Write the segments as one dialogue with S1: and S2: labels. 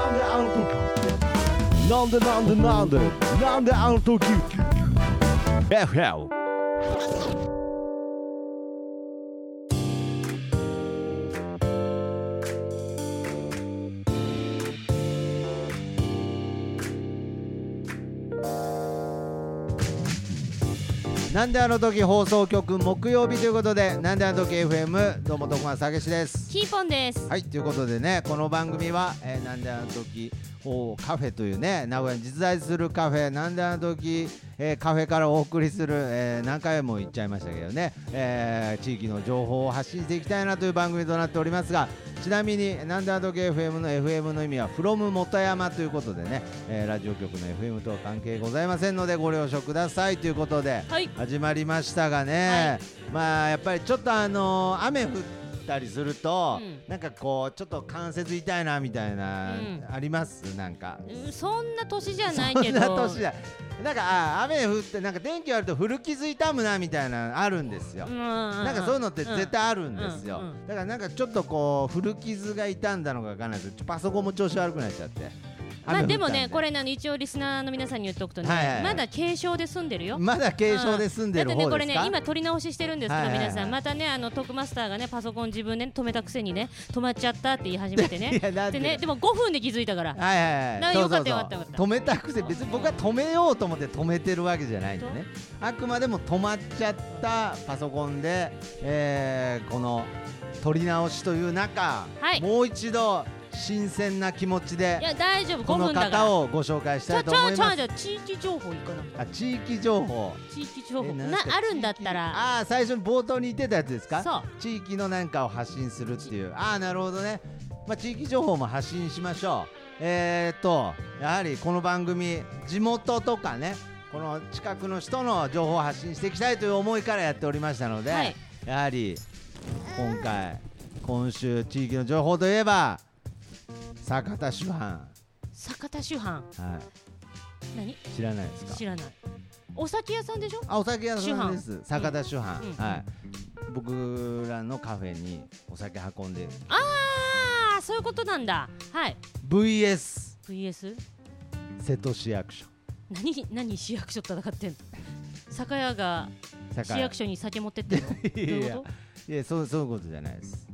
S1: なんでなんでなんでなんであの時 FL
S2: なんであの時放送局木曜日ということでなんであの時 FM どうも徳松たけしです
S3: キーポンです。
S2: はいということでねこの番組は、えーなんであの時おカフェというね名古屋に実在するカフェなんであの時、えーカフェからお送りする、えー何回も言っちゃいましたけどね、えー地域の情報を発信していきたいなという番組となっておりますがちなみになんであの時 FM の FM の意味は from 元山ということでね、えーラジオ局の FM とは関係ございませんのでご了承くださいということで、
S3: はい。
S2: 始まりましたがね、まあやっぱりちょっとあのー雨降ったりすると、
S3: うん
S2: なんかこうちょっと関節痛いなみたいな、
S3: うん
S2: ありますなんか
S3: うんそんな年じゃない
S2: そ
S3: け
S2: ん
S3: ど。
S2: な年だなんかあ雨降ってなんか天気悪いと古傷痛むなみたいなのあるんですよ、な
S3: なん
S2: かそういうのって絶対あるんですよ、
S3: うんうんうん
S2: だからなんかちょっとこう古傷が痛んだのかわかんないですけどちょパソコンも調子悪くなっちゃって
S3: まあでもねこ
S2: れ
S3: れねあの一応リスナーの皆さんに言っておくとね、
S2: はいはいはい
S3: まだ軽症で済んでるよ。
S2: まだ軽症で済んでる
S3: だ
S2: 方です
S3: ってね
S2: か
S3: これね今撮り直ししてるんですけど、
S2: はいはいはい
S3: 皆さんまたねあのトークマスターがねパソコン自分で、止めたくせにね止まっちゃったって言い始め て
S2: いや
S3: ね
S2: なんで
S3: でねでも5分で気づいたから
S2: はいはいはい
S3: な
S2: そうそうそう
S3: よかったよかったよかった
S2: 止めたくて別に僕は止めようと思って止めてるわけじゃないんでねあくまでも止まっちゃったパソコンで、えーこの撮り直しという中、
S3: はい
S2: もう一度新鮮な気持ち
S3: い
S2: で
S3: や大丈夫
S2: こ
S3: 5
S2: の
S3: 分だから
S2: 方をご紹介し
S3: ち
S2: たい
S3: ょ
S2: と
S3: ち
S2: 思
S3: ょ
S2: い
S3: ちょ
S2: ま
S3: ち
S2: す
S3: ょ地域情報いかな
S2: あ地域情報
S3: 地域情報
S2: えなん
S3: な
S2: すか
S3: あるんだったら
S2: ああー最初に冒頭に言ってたやつですか
S3: そう
S2: 地域のなんかを発信するっていうああなるほどね、まあ、地域情報も発信しましょうえー、っとやはりこの番組地元とかねこの近くの人の情報を発信していきたいという思いからやっておりましたので、
S3: はい
S2: やはり今回今週地域の情報といえば酒田主犯、
S3: 酒田酒販
S2: は
S3: 何
S2: い、知らないですか
S3: 知らないお酒屋さんでしょ
S2: あお酒屋さんです酒田酒販、
S3: うん
S2: はい僕らのカフェにお酒運んで
S3: ああそういうことなんだはい
S2: VS
S3: VS
S2: 瀬戸市役所
S3: 何何市役所と戦ってんの酒屋が
S2: 酒
S3: 市役所に酒持ってってんのどう
S2: いやい
S3: いう
S2: や
S3: こ
S2: いやそうそういうことじゃないです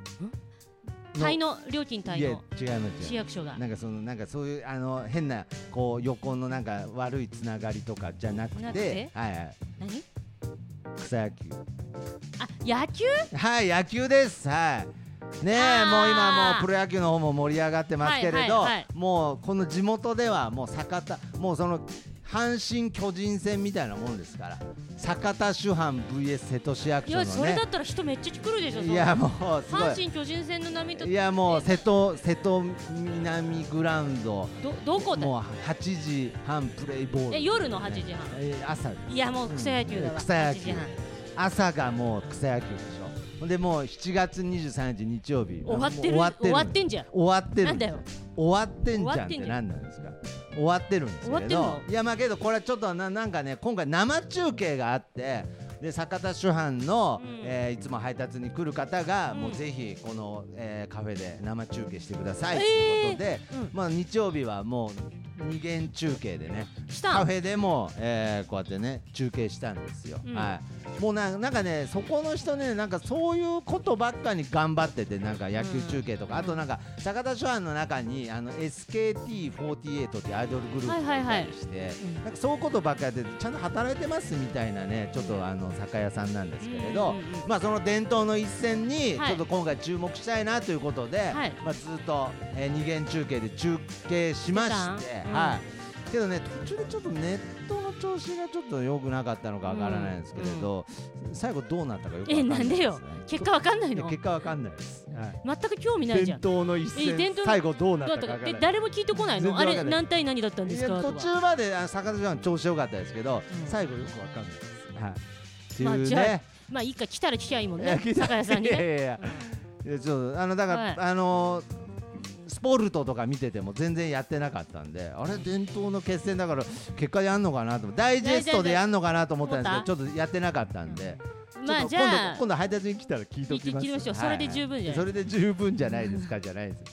S3: と滞納料金
S2: い
S3: 滞
S2: や
S3: 納
S2: 違います
S3: 市
S2: 違う
S3: 役所が
S2: なんかそのなんかそういうあの変なこう横のなんか悪いつながりとかじゃなくて
S3: なくて
S2: はいはい
S3: 何
S2: 草野球
S3: あ野球
S2: はい野球ですはいねえ
S3: あー
S2: もう今もうプロ野球の方も盛り上がってますけれど、
S3: はいはいはい
S2: もうこの地元ではもう酒田もうその阪神巨人戦みたいなもんですから酒田主犯 VS 瀬戸市役
S3: い
S2: 所の
S3: や
S2: ね
S3: それだったら人めっちゃ来るでしょそ
S2: い
S3: の
S2: やもうすごい
S3: 阪神巨人戦の波と
S2: いやもう瀬戸瀬戸南グラウンド
S3: どどこだ
S2: もう8時半プレイボール
S3: え夜の8時半
S2: えー朝
S3: いやもう草野球だ
S2: うん
S3: わ
S2: 草野球
S3: 8時半
S2: 朝がもう草野球でしょほんでもう7月23日日曜日
S3: 終わってる
S2: もう終
S3: 終
S2: わ
S3: わ
S2: っ
S3: ってて
S2: る
S3: んじゃん
S2: 終わってる
S3: なんだよ
S2: 終わってんじゃんっ
S3: 終わって
S2: て
S3: んじゃん
S2: 何なんですか終わってるんですけれ
S3: 終わっ
S2: ど
S3: てん
S2: いやまあけどこれはちょっとななんかね今回生中継があってで酒田主犯の、
S3: うん
S2: えーいつも配達に来る方が、
S3: うん
S2: もうぜひこの、えーカフェで生中継してください
S3: え
S2: と
S3: ー
S2: いうことで、
S3: うん
S2: まあ日曜日はもう二限中継でね
S3: 来た
S2: カ
S3: ん
S2: フェでも、えーこうやってね中継したんですよ、
S3: うん
S2: はいもうななんかねそこの人ねなんかそういうことばっかに頑張っててなんか野球中継とか、あとなんか坂田諸庵の中にあの SKT48 ってアイドルグループが
S3: はいは
S2: い
S3: いは
S2: た
S3: い
S2: りして、
S3: うん
S2: なんかそういうことばっかやっててちゃんと働いてますみたいなねちょっとあの酒屋さんなんですけれど、
S3: うんうんうん
S2: まあその伝統の一戦にち
S3: はい
S2: ょっと今回注目したいなということで、
S3: はい
S2: まあずっと、えー二限中継で中継しまして
S3: 出、た
S2: はい。けどね途中でちょっとネットの調子がちょっと良くなかったのかわからないんですけれど、最後どうなったかよくわか
S3: え
S2: んな
S3: ないん
S2: です、
S3: で
S2: ね、
S3: よ結果わかんない
S2: いや
S3: の
S2: 結果わかんないです、はい
S3: 全く興味ないじゃん
S2: 伝統の一
S3: え伝
S2: 戦
S3: 統の
S2: 最後どうなった
S3: だっ
S2: か
S3: た
S2: わ
S3: か
S2: から
S3: で
S2: ない
S3: 誰も聞いてこない
S2: 全
S3: のあ
S2: 然わか
S3: れ
S2: んない
S3: 何対何だったんで
S2: い
S3: す
S2: や
S3: か
S2: 途
S3: とか
S2: 中まであ坂田さん調子良かったですけど、
S3: うん
S2: 最後よくわかんないです、はいって
S3: まあ
S2: いう
S3: じゃあ
S2: ね、
S3: まあいいか来たら聞きゃいいもん
S2: いや
S3: ね
S2: 聞い
S3: 酒
S2: た
S3: 屋さんに
S2: いや
S3: ね
S2: いやいやいやちょっとあのだから、
S3: はい
S2: あのスポルトとか見てても全然やってなかったんであれ伝統の決戦だから結果でやんのかなと思ってダイジェストでやんのかなと思ったんですけどちょっとやってなかったんで、
S3: まあ
S2: ち
S3: じ
S2: ょっと今
S3: ゃ
S2: 度
S3: あ
S2: 今度配達に来たら聞いときます
S3: 聞いて聞いてみましょうそれで十分じゃない
S2: それで十分じゃないですかじゃないです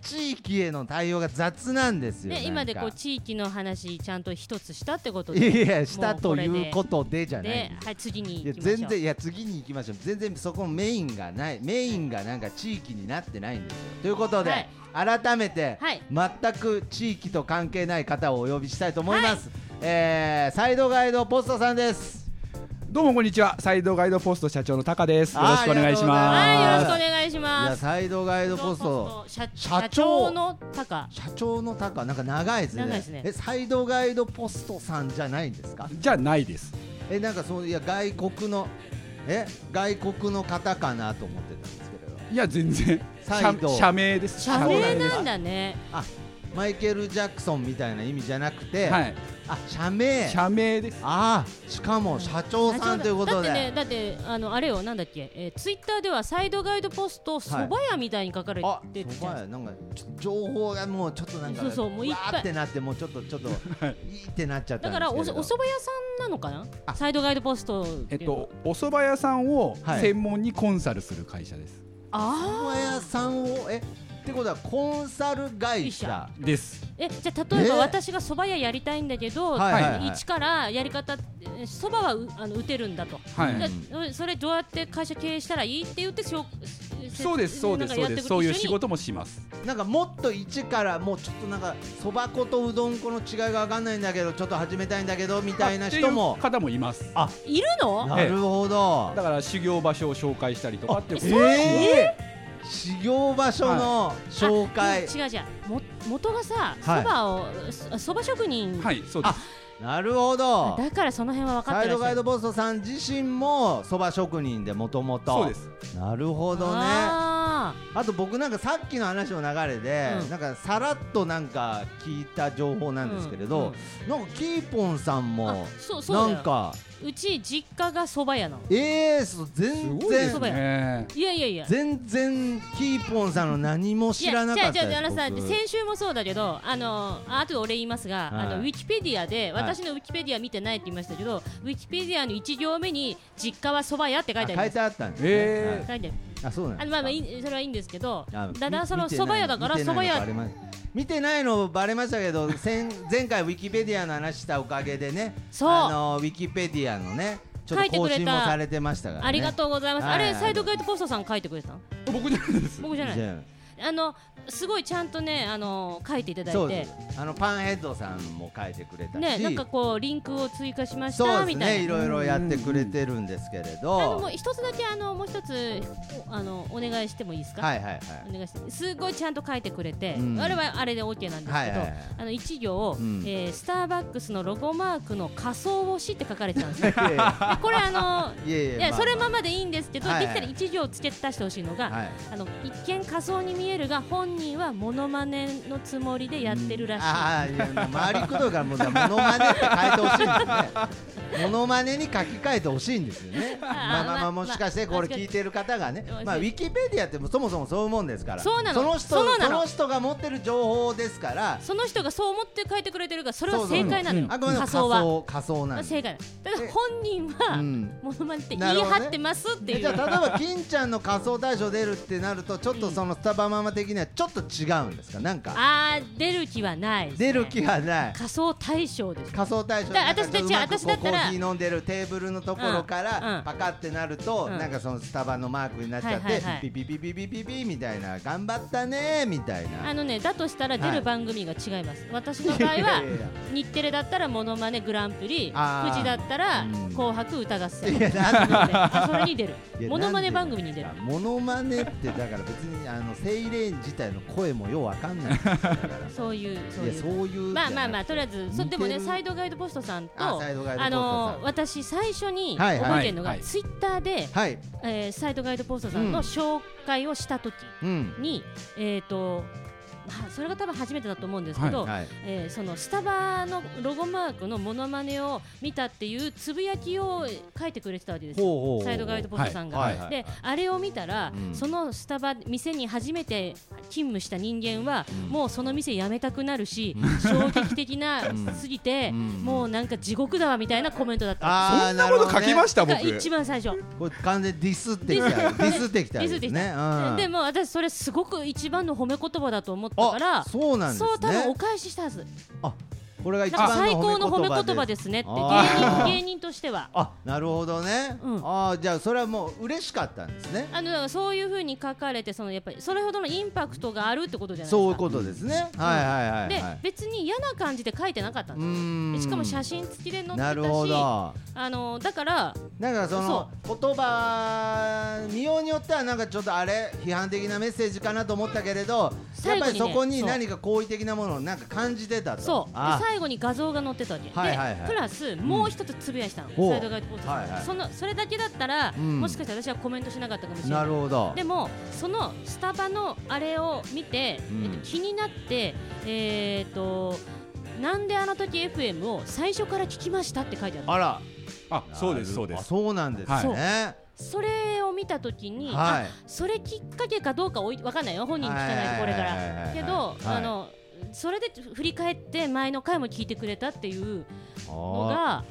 S2: 地域への対応が雑なんですよ。
S3: ね、今でこ
S2: なん
S3: う
S2: か
S3: 地域の話ちゃんと一つしたってことで
S2: いやいやした
S3: もうことれで
S2: いうことでじゃないんで
S3: です
S2: よ
S3: はい、次に
S2: いや
S3: 行きましょう
S2: 全然いや次に行きましょう全然そこメインがないメインがなんか地域になってないんですよということで、改めて、
S3: はい
S2: 全く地域と関係ない方をお呼びしたいと思います、えーサイドガイドポストさんです
S4: どうもこんにちはサイドガイドポスト社長のタカですよ
S2: あー
S4: ろしくお願いし
S3: はいよろ
S4: ま
S3: しくお
S4: す
S3: 願いし
S2: い
S3: ま
S2: や
S3: す
S2: サイドガイドポスト
S3: 社
S2: 社長
S3: 社長のタカ
S2: 社長の高なんか長いですね
S3: 長いですね
S2: えサイドガイドポストさんじゃないんですか
S4: じゃあないです
S2: えなんかそういや外国のえ外国の方かなと思ってたんですけれど
S4: いや全然
S2: サイド
S4: 社社名です
S3: 社名
S4: です
S3: なんだね
S2: マイケル・ジャクソンみたいな意味じゃなくて、
S4: はい
S2: あ社名
S4: 社名です
S2: ああしかも社長さんということで
S3: だってねだってあのあれよなんだっけ、えー、ツイッターではサイドガイドポストそば屋みたいに書かれ
S2: あ
S3: てて、
S2: そばやなんかちょっと情報がもうちょっとなんか
S3: そうそうもういっぱい
S2: わーってなってもうちょっとちょっといいってなっちゃった
S3: だ
S2: んですけれど
S3: からおお蕎麦屋さんなのか
S2: あ
S3: なサイドガイドポストて
S4: え
S3: い
S4: っ
S3: うの
S4: とお蕎麦屋さんを
S2: はい
S4: 専門にコンサルする会社です、
S3: あ
S2: そば屋さんをえってことはコンサル会社
S4: です
S3: ーえじゃあ例えば
S2: え
S3: 私が蕎麦屋やりたいんだけど、
S2: はいはいはい
S3: 一からやり方えー蕎麦はうあの打てるんだと
S4: はい、
S3: じゃあそれどうやって会社経営したらいいって言ってしょ
S4: そうですそうですそうですそういう仕事もします
S2: なんかもっと一からもうちょっとなんかそば粉とうどん粉の違いが分かんないんだけどちょっと始めたいんだけどみたいな人
S4: っ
S2: も
S4: ていう方もいます
S3: いるの
S4: あ
S2: なるほど
S4: だから修行場所を紹介したりとかっていうことも
S2: えー、修行場所の紹介、
S3: あ違う違うも元がさそ
S2: はい
S3: ばをそそば職人、
S4: はいそうです
S2: なるほど
S3: だからその辺は分かっ
S2: サ
S3: て
S2: イド
S3: らっし
S2: ガ
S3: ゃ
S2: イ
S3: る
S2: ドボストさん自身もそば職人でもともと
S4: そうです
S2: なるほどねあ
S3: あ
S2: と僕なんかさっきの話の流れで、
S3: うん
S2: なんかさらっとなんか聞いた情報なんですけれど、なんかキーポンさん
S3: ー
S2: も
S3: あそうそうだ
S2: な
S3: よ
S2: んか
S3: うち実家がそば屋なの
S2: えー、そう
S4: す
S2: 全
S4: ごいで
S2: 然
S4: すね
S3: いやいやいや
S2: 全然キーポンさんの何も知らなかった
S3: いやじゃあじゃああの
S2: 僕
S3: さ先週もそうだけどあのあ後で俺言いますが、
S2: はい
S3: あのウィキペディアで
S2: はい
S3: 私のウィキペディア見てないって言いましたけど、ウィキペディアの一行目に実家はそば屋って書いて
S2: あ
S3: あ
S2: 書い
S3: ります
S2: てあったんですね、
S4: えー
S3: 書いてある
S2: はいあそうなんです
S3: あ
S2: か
S3: のまあまあいいそれはいいんですけど
S2: あ
S3: だだ
S2: み
S3: その
S2: 見て
S3: そば屋だから
S2: ないの
S3: そば屋
S2: バレま見てないのバレましたけど 先前回ウィキペディアの話したおかげでね
S3: そう
S2: あのウィキペディアのねちょっと更
S3: 書いて
S2: 新
S3: くれ
S2: も
S3: た
S2: されてましたから、ね、
S3: ありがとうございます、
S2: はい
S3: あれ、
S2: はい
S3: サイドガイドポストさん書いてくれてたの
S4: 僕じゃないです
S3: 僕じゃない
S2: じ
S3: あのすごいちゃんとねあの書いてい
S2: ゃ
S3: た
S2: あ
S3: だ
S2: そ
S3: いうて
S2: ですあのパンヘッドさんも書いてくれたし、
S3: ねなんかこうリンクを追加しまし
S2: そ
S3: た
S2: うです
S3: みた
S2: ね
S3: い
S2: い
S3: な
S2: ろいろやってくれてるんですけれ
S3: あのも
S2: ど
S3: う一つだけあのもう一つおあのお願いしてもいいですか
S2: はいはいはい
S3: お願いしてすごいちゃんと書いてくれて、
S2: うん
S3: あれはあれで OK なんですけど、
S2: はいはいはい
S3: あの一行、
S2: うん
S3: えースターバックスのロゴマークの仮想をしって書かれてたん ですよこれあの
S2: いえいえ
S3: い
S2: まあ
S3: や
S2: まあ
S3: それままでいいんですけど、
S2: はい
S3: できたら一行付け足してほしいのが、
S2: はい
S3: あの一見仮想に見えるが本人はモノマネのつもりでやってるらしい、
S2: ああいやもう周りくどいからもうだからモノマネって変えてほしい んですねモノマネに書き換えてほしいんですよね
S3: あー
S2: まあまあま
S3: ま
S2: あ
S3: あ
S2: もしかしてこれ
S3: まあ
S2: 聞いてる方がね
S3: まあ
S2: まあウィキペディアってそもそもそういうもんですから
S3: そうなの
S2: その
S3: そ
S2: 人
S3: うな
S2: そ
S3: の
S2: の人が持ってる情報ですから
S3: その人がそう思って書いてくれてるからそれ
S2: そ
S3: は
S2: うそう
S3: 正解なのよ、
S2: あくまでも仮
S3: 想は
S2: 想仮想なんです
S3: 正解なのただ本人は、
S2: うん
S3: モノマネって言
S2: ないるほどね
S3: 張ってますってい
S2: じゃ
S3: う、
S2: あ例えば金ちゃんの仮想大賞出るってなるとちょっとそのスタバママ的にはちょっと違うんですかなんか
S3: あー出る気はないですね、
S2: 出る気はない
S3: 仮想大賞です
S2: 仮想大賞
S3: だから私たち
S2: なんかこう
S3: 私だったら
S2: コーヒー飲んでるテーブルのところか
S3: うんう
S2: ら
S3: ん
S2: パカってなると、
S3: うん
S2: なんかそのスタバのマークになっちゃって、
S3: はいはいはい
S2: ピピピピピピピみたいな頑張ったねみたい
S3: あ
S2: な
S3: のねだとしたら出
S2: はい
S3: る番組が違 います、私の場合
S2: いやいやい
S3: は日テレだったらモノマネグランプリ
S2: あー
S3: 富士だったら
S2: うん
S3: 紅白歌合戦
S2: いやなんで
S3: あそれに出る
S2: いや
S3: モノマネ
S2: なんで
S3: 番組に出る
S2: なんかモノマネってだから別にあのセイレーン自体の声もようわかんないですだから
S3: そういうそう
S2: い
S3: い
S2: や
S3: う
S2: そういう
S3: まあまあまあ
S2: あ
S3: とりあえずそ
S2: 似て
S3: で
S2: る
S3: もねサイドガイドポストさんと
S2: あサイドガイドポストさん
S3: あのー私最初に
S2: はいはい
S3: 覚えてるのが、
S4: はい
S3: ツイッターで、
S2: はい
S3: えーサイドガイドポストさんの紹介をした時
S2: うん
S3: に、えっ、とはそれが多分初めてだと思うんですけど、
S2: はい
S3: えーそのスタバのロゴマークのモノマネを見たっていうつぶやきを書いてくれてたわけですよ
S2: ほうほうほう
S3: サイドガイドポストさんが、
S2: はいはいはい
S3: であれを見たら、
S2: うん
S3: そのスタバ店に初めて勤務した人間は、もうその店辞めたくなるし、衝撃的 なすぎて、
S2: うん
S3: もうなんか地獄だわみたいなコメントだった。
S2: あー
S4: そんなこと書きま
S2: なる
S4: した、
S3: が
S4: 僕。
S3: 一番最初
S2: ほどねこれ完全にディスってきたよディスってきた
S3: ディ
S2: よ
S3: スってき
S2: ね
S3: た、
S2: うん
S3: でも私それすごく一番の褒め言葉だと思ったから
S2: あそうなんです
S3: そう多分お
S2: ね
S3: 返ししたはず
S2: これが一
S3: なんか
S2: 番
S3: 最高の褒め
S2: の
S3: 言葉ですねって芸
S2: あ
S3: 人
S2: ー
S3: 芸人としては
S2: あなるほどね、
S3: うん
S2: ああじゃあそれはもう嬉しかったんですね
S3: あのそういう風に書かれてそのやっぱりそれほどのインパクトがあるってことじゃないですか
S2: そういうことですね、はいはいはい
S3: で
S2: はい
S3: 別に嫌な感じで書いてなかったん
S2: う
S3: ですよ
S2: ー
S3: で
S2: ん
S3: しかも写真付きで載っ
S2: な
S3: てたし
S2: るほど
S3: あのだから
S2: なんかその言葉見ようによってはなんかちょっとあれ批判的なメッセージかなと思ったけれど、やっ
S3: 最後
S2: ぱ
S3: にね
S2: りそこに何か好意的なものをなんか感じてたと
S3: そうで
S2: あ
S3: 最後に画像が載ってたわけで
S2: はいはいはい
S3: プラスもう一つつぶやいたの
S2: ほう
S3: サイドガイドポーズ
S2: はいはい
S3: そのそれだけだったら
S2: うん
S3: もしかしたら私はコメントしなかったかもしれな
S2: ないるほど
S3: でもそのスタバのあれを見て、
S2: うん
S3: えっと、気になってえー、っとなんであの時 FM を最初から聞きましたって書いてあった
S2: あら
S4: あ、そうです、そうで
S2: あ
S4: す。
S2: そうなんです
S4: はい
S2: ね
S3: それを見た時
S2: は
S3: に、
S2: い
S3: あそれきっかけかどうかおいわかんないよ本人に聞かないとこれか
S2: はいはいはいは
S3: ら
S2: い
S3: けど、
S2: はい
S3: あのそれで振り返って前の回も聞いてくれたっていうの
S2: あ
S3: が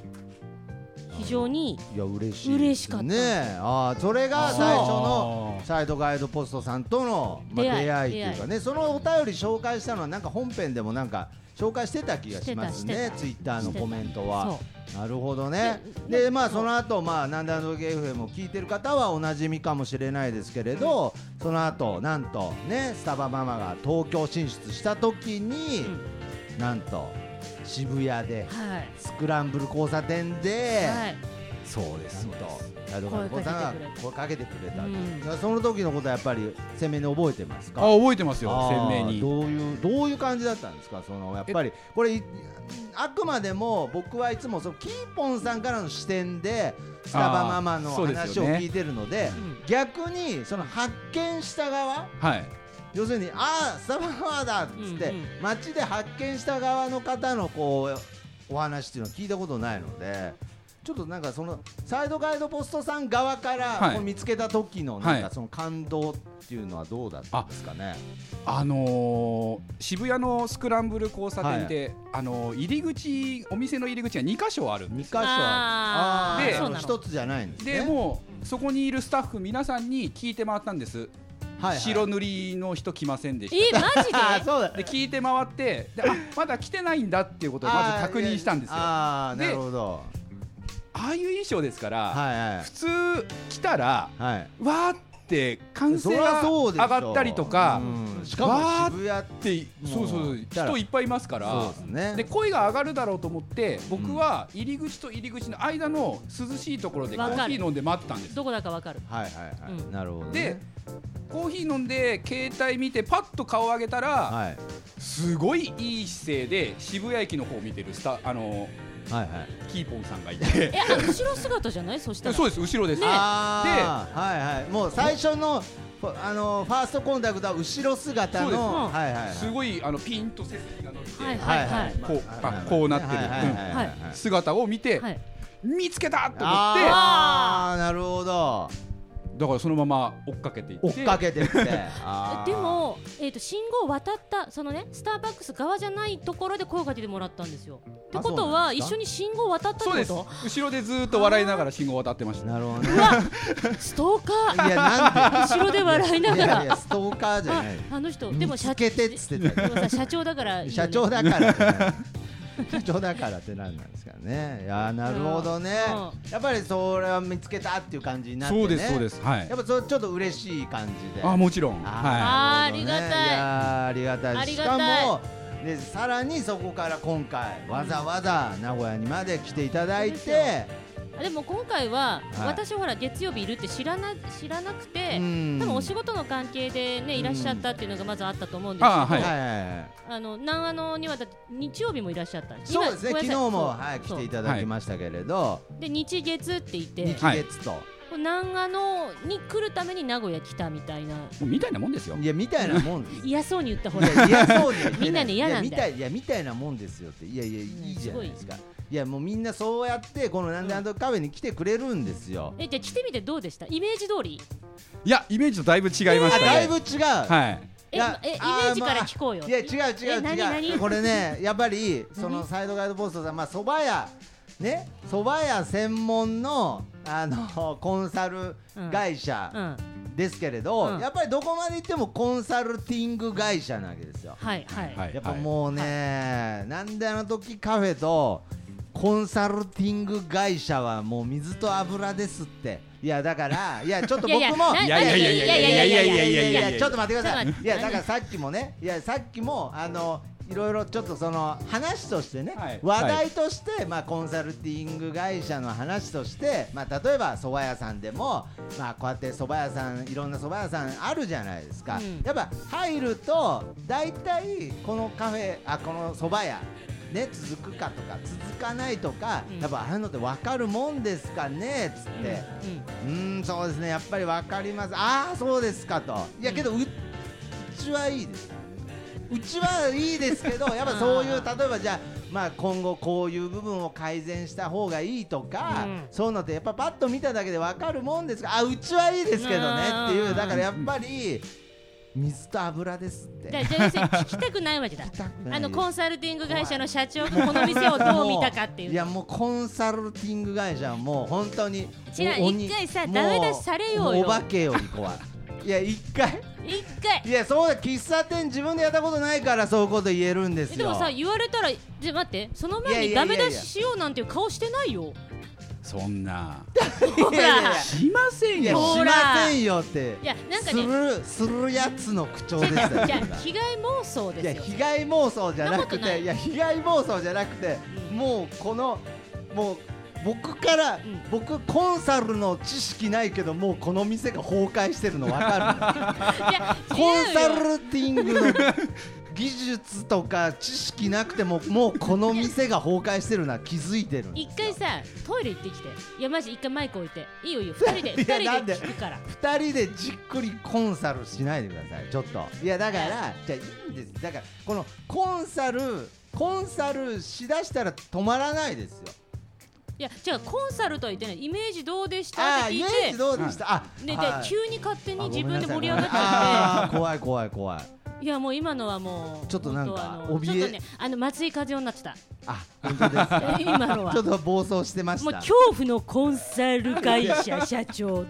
S3: 非常に
S2: ーいや嬉しい
S3: 嬉しかった
S2: ねえあーそれが最初の
S4: あー
S2: サイドガイドポストさんとの、まあ、出
S3: 出会
S2: 会
S3: い
S2: いというかねそのお便り紹介したのはなんか本編でもなんか紹介してた気がします
S3: して
S2: ね
S3: たしてた
S2: ツイッターのコメント
S3: そ
S2: は
S3: う
S2: なるほどね
S3: で
S2: でまあ
S3: そう
S2: その後まあなんだのゲ FM を聞いてる方はおなじみかもしれないですけれどその後なんとねスタバママが東京進出した時になんと渋谷で
S3: はい
S2: スクランブル交差点で、
S3: はい
S4: そうです。
S2: サイドガイドポストさんが声かけてくれた、だからその時のことはやっぱり鮮明に覚えてますか
S4: あ、覚えてますよ、
S2: あー
S4: 鮮明に。
S2: どういうどういう感じだったんですかそのやっぱりこれいあくまでも僕はいつもそのキーポンさんからの視点でスタバママの
S4: あーそうです
S2: 話を
S4: よね
S2: 聞いてるので
S3: ん
S2: 逆にその発見した側
S4: はい。
S2: 要するにああスタバママだっつって、
S3: うんうん
S2: 街で発見した側の方のこうお話っていうのは聞いたことないので。ちょっとなんかそのサイドガイドポストさん側から
S4: はい
S2: こう見つけた時のなん
S4: は
S2: か
S4: い
S2: その感動っていうのはどうだったんですかね。
S4: あのー渋谷のスクランブル交差点って、あのー入り口お店の入り口が2箇所あるん
S2: 二
S4: で
S2: 箇
S4: す
S2: 所あ
S3: あ
S2: る
S4: ー
S2: で
S4: で
S2: あ
S3: そ
S2: の
S3: うなの
S2: 一つじゃないんですね
S4: でもうそこにいるスタッフ皆さんに聞いて回ったんです、
S2: はいはい
S4: 白塗りの人来ませんでし
S3: えマジで
S2: あー そうだ
S4: たで聞いて回ってであまだ来てないんだっていうことをまず確認したんですよあ
S2: あーいやあーな
S4: で
S2: るほど
S4: あいう衣装ですから、
S2: はいはい
S4: 普通来たら
S2: はい
S4: わーって歓
S2: そり
S4: 声
S2: ゃ
S4: が
S2: そう
S4: 上
S2: でしょ
S4: がったりとか、
S2: うんしかも
S4: わ
S2: 渋谷
S4: ーってそうそうそう人いっぱいいますから
S2: そうですね
S4: で声が上がるだろうと思って僕は入り口と入り口の間の涼しいところでコ
S3: わかる
S4: ーヒー飲んで待ったんです
S3: どこだかわかる
S2: はいはいは
S3: う
S2: い
S3: ん
S2: なるほど
S4: で
S2: ね
S4: コーヒー飲んで携帯見てパッと顔上げたら
S2: はい
S4: すごいいい姿勢で渋谷駅の方を見てるスタあの
S2: はいはい
S4: キーポンさんがいて
S3: えあ後ろ姿じゃないそしたら
S4: そうです後ろです
S2: あーはいはいもう最初のファあのファーストコンタクトは後ろ姿
S4: そうです
S2: のはいはいはい
S4: すごいあのピンと背筋が伸びて
S3: はい
S2: は
S3: はいい
S2: は
S3: はいい
S4: こう
S2: ま
S4: あこうなってる
S2: はいはいはいはいはい
S4: うん姿を見て
S3: はい
S4: 見つけたと思ってだか
S2: あーなるほど
S4: らそのまま追っかけていって
S2: 追っかけてってあー
S3: でも、えー、と信号を渡ったそのねスターバックス側じゃないところで声をかけてもらったんですよ。ってこと
S2: そうなん
S3: は
S2: です
S3: 一
S2: か
S3: 緒に信号を渡ったって
S4: そう
S3: こ
S4: です
S3: と
S4: 後ろでずーっと笑いながら信号渡ってました
S2: なるほどね
S3: うわストーカ
S2: いやなんで
S3: ー後ろで笑いなが
S2: いやい
S3: ら
S2: やストーカーじゃない
S3: ああの人で
S2: 見
S3: も
S2: つ
S3: 社
S2: けてっつってた
S3: でもさ社長だからいいよね
S2: 社長だからってなん社長だからってなんなんですからねいやーなるほどね
S3: う
S2: やっぱりそれは見つけたっていう感じになってね
S4: そうですそうですすはい
S2: やっぱそれちょっと嬉しい感じで
S4: あもちろんは
S2: あー
S3: はい
S2: なるほどね
S3: あーありがたい
S2: いやーありがたい
S3: あり
S2: し
S3: がた
S2: か
S3: い
S2: もでさらにそこから今回わざわざ名古屋にまで来ていただい
S3: そうで
S2: て
S3: あでも今回は、
S2: はい
S3: 私ほら月曜日いるって知らな知らなくて、
S2: うん
S3: 多分お仕事の関係でねいらっしゃったっていうのがまずあったと思うんですけど、
S4: あー
S2: はい
S4: はい
S2: はいはい
S3: あの南アのにはだって日曜日もいらっしゃった
S2: そうですね昨
S3: 今ごめん
S2: 日
S3: なさ
S2: も
S3: そう
S2: はい来ていただきましたけれど
S3: そうで日月って言って
S2: 日月と
S3: 南アのに来るために名古屋来たみたいない
S4: みたいなもんですよ
S2: いやみたいなもんです
S3: 嫌そうに言った ほ
S2: い
S3: ら
S2: やいやそうには言ってい
S3: みんなで嫌なん
S2: い
S3: だよ
S2: やみたいいやみたいなもんですよっていやいやいいじゃないですかいやもうみんなそうやってこのなんであのカフェに来てくれるんですよ、
S3: えじゃあ来てみてどうでしたイメージ通り
S4: いやイメージとだいぶ違いま
S2: あ
S4: したね
S2: だいぶ違う、
S4: はい
S3: え、
S2: や
S3: まえイメ
S2: あー
S3: ージから聞こうよ。
S2: いや違う違
S3: え
S2: う
S3: 何
S2: 違う
S3: 何
S2: これ ねやっぱりその
S3: 何
S2: サイドガイドボストさんまあ蕎麦屋ね蕎麦屋専門のあのコンサル会
S3: う
S2: 社
S3: ん、
S2: ですけれど、
S3: うん
S2: やっぱりどこまで行ってもコンサルティング会社なわけですよ、
S3: はいはい。
S4: はい
S2: やっぱもうね、なんであの時カフェとコンサルティング会社はもう水と油ですっていやだからいやちょっと僕も
S3: ない
S4: やいやいやいやいやいやいやいやいやいや
S2: ちょっと待ってください
S3: ちょっと待っ。て
S2: いやだからさっきもね、いやさっきもあのいろいろちょっとその話としてね、
S4: はい
S2: 話題として、まあコンサルティング会社の話として、まあ例えば蕎麦屋さんでもまあこうやって蕎麦屋さんいろんな蕎麦屋さんあるじゃないですか。
S3: うん
S2: やっぱ入るとだいたいこのカフェあこの蕎麦屋ね続くかとか続かないとか、
S3: うん
S2: やっぱああいうのってわかるもんですかねっつって。
S3: うん
S2: うーんそうですねやっぱり分かりますああそうですかといやけどううちはいいですうちはいいです けどやっぱそういう
S3: あー
S2: 例えばじゃあまあ今後こういう部分を改善した方がいいとか、
S3: うん
S2: そういうのってやっぱパッと見ただけで分かるもんですがあうちはいいですけどね
S3: うん
S2: っていうだからやっぱり水と油ですって
S3: だからじゃあ要するに聞きたくないわけだ。
S2: 痛くない
S3: あのコンサルティング会社の社長がこの店をどう見たかっていう。
S2: やもうコンサルティング会社はもう本当に
S3: 違う
S2: お鬼
S3: 一回さ
S2: もう
S3: ダメ出しされよう
S2: も
S3: よ
S2: お化けより怖いいや一回
S3: 一回
S2: い。やそうだ喫茶店自分でやったことないからそういうこと言えるんです
S3: え
S2: よ
S3: でもさ言われたらじゃあ待ってその
S2: いや
S3: 前
S2: い
S3: に
S2: や
S3: ダ
S2: いや
S3: メ
S2: いや
S3: 出ししようなんていう顔してないよ。
S4: そんな
S2: いやいやいや
S4: しません
S2: いや
S4: よ
S2: し
S3: ほ
S2: ま
S3: ら
S2: せんよって
S3: いやなんかね
S2: するするやつの口調
S3: じ
S2: でしたよ
S3: ゃあ被害妄想
S2: いや
S3: ですよ。
S2: 被害妄想じゃなく
S3: そんなことな
S2: て
S3: い
S2: いや被害妄想じゃなくて
S3: うん
S2: もうこのもう僕から、
S3: ん
S2: 僕コンサルの知識ないけどもうこの店が崩壊してるの分か
S3: いや
S2: るコンサ
S3: 違うよ
S2: ルティングの技術とか知識なくてももうこの店が崩壊してるのは気づいてるんですよ
S3: 一回さトイレ行ってきていやマジ一回マイク置いていいよいいよ二人で二
S2: いやな
S3: 人
S2: ん
S3: で
S2: で
S3: 聞くから。
S2: 二人でじっくりコンサルしないでくださいちょっといやだからじゃあいいんですだからこのコンサルコンサルしだしたら止まらないですよ
S3: いや違うコンサルとは言ってないイメージどうでした
S2: あ
S3: っ
S2: あ
S3: て
S2: イ
S3: 聞い
S2: メー
S3: て
S2: ジ。どうでした、あ
S3: ね、で
S2: はい
S3: 急に勝手
S2: あ
S3: に
S2: ごめ
S3: 自
S2: んな
S3: 分
S2: さ
S3: で
S2: い
S3: 盛り上がっちゃ
S2: あー怖い怖い怖い
S3: っていやもう今のはもう
S2: ちょっとなんか
S3: 本当あの
S2: 怯え
S3: ちょっとねあの松井風夫になっ てた
S2: あ本当 ですか
S3: 今のは
S2: ちょっと暴走してまし
S3: もう
S2: た
S3: 恐怖のコンサル会社社長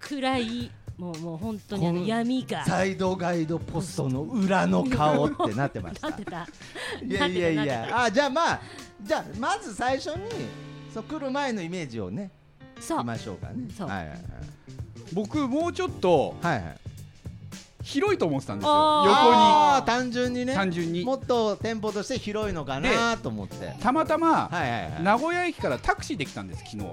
S3: 暗いもうもう本当にあ
S2: こ
S3: の
S2: ん
S3: 闇が
S2: サイドガイドポストの裏の顔ってなってまし
S3: な
S2: た
S3: ってた
S2: いやいやい
S3: なってたなって
S2: やあじゃあまあじゃあまず最初にそう来る前のイメージをね
S3: た
S2: い
S3: そ
S2: き
S3: う
S2: ましょうかね
S3: そう
S2: はいはいはい
S4: 僕もうちょっと
S2: はいはい
S4: 広いと思ってたんです
S3: あー
S4: よ
S2: あー単純にね
S4: 横に単純に
S2: もっと店舗として広いのかなと思って
S4: たまた
S2: は
S4: ま、
S2: いはいはい
S4: 名古屋駅からタクシーできたんです昨日、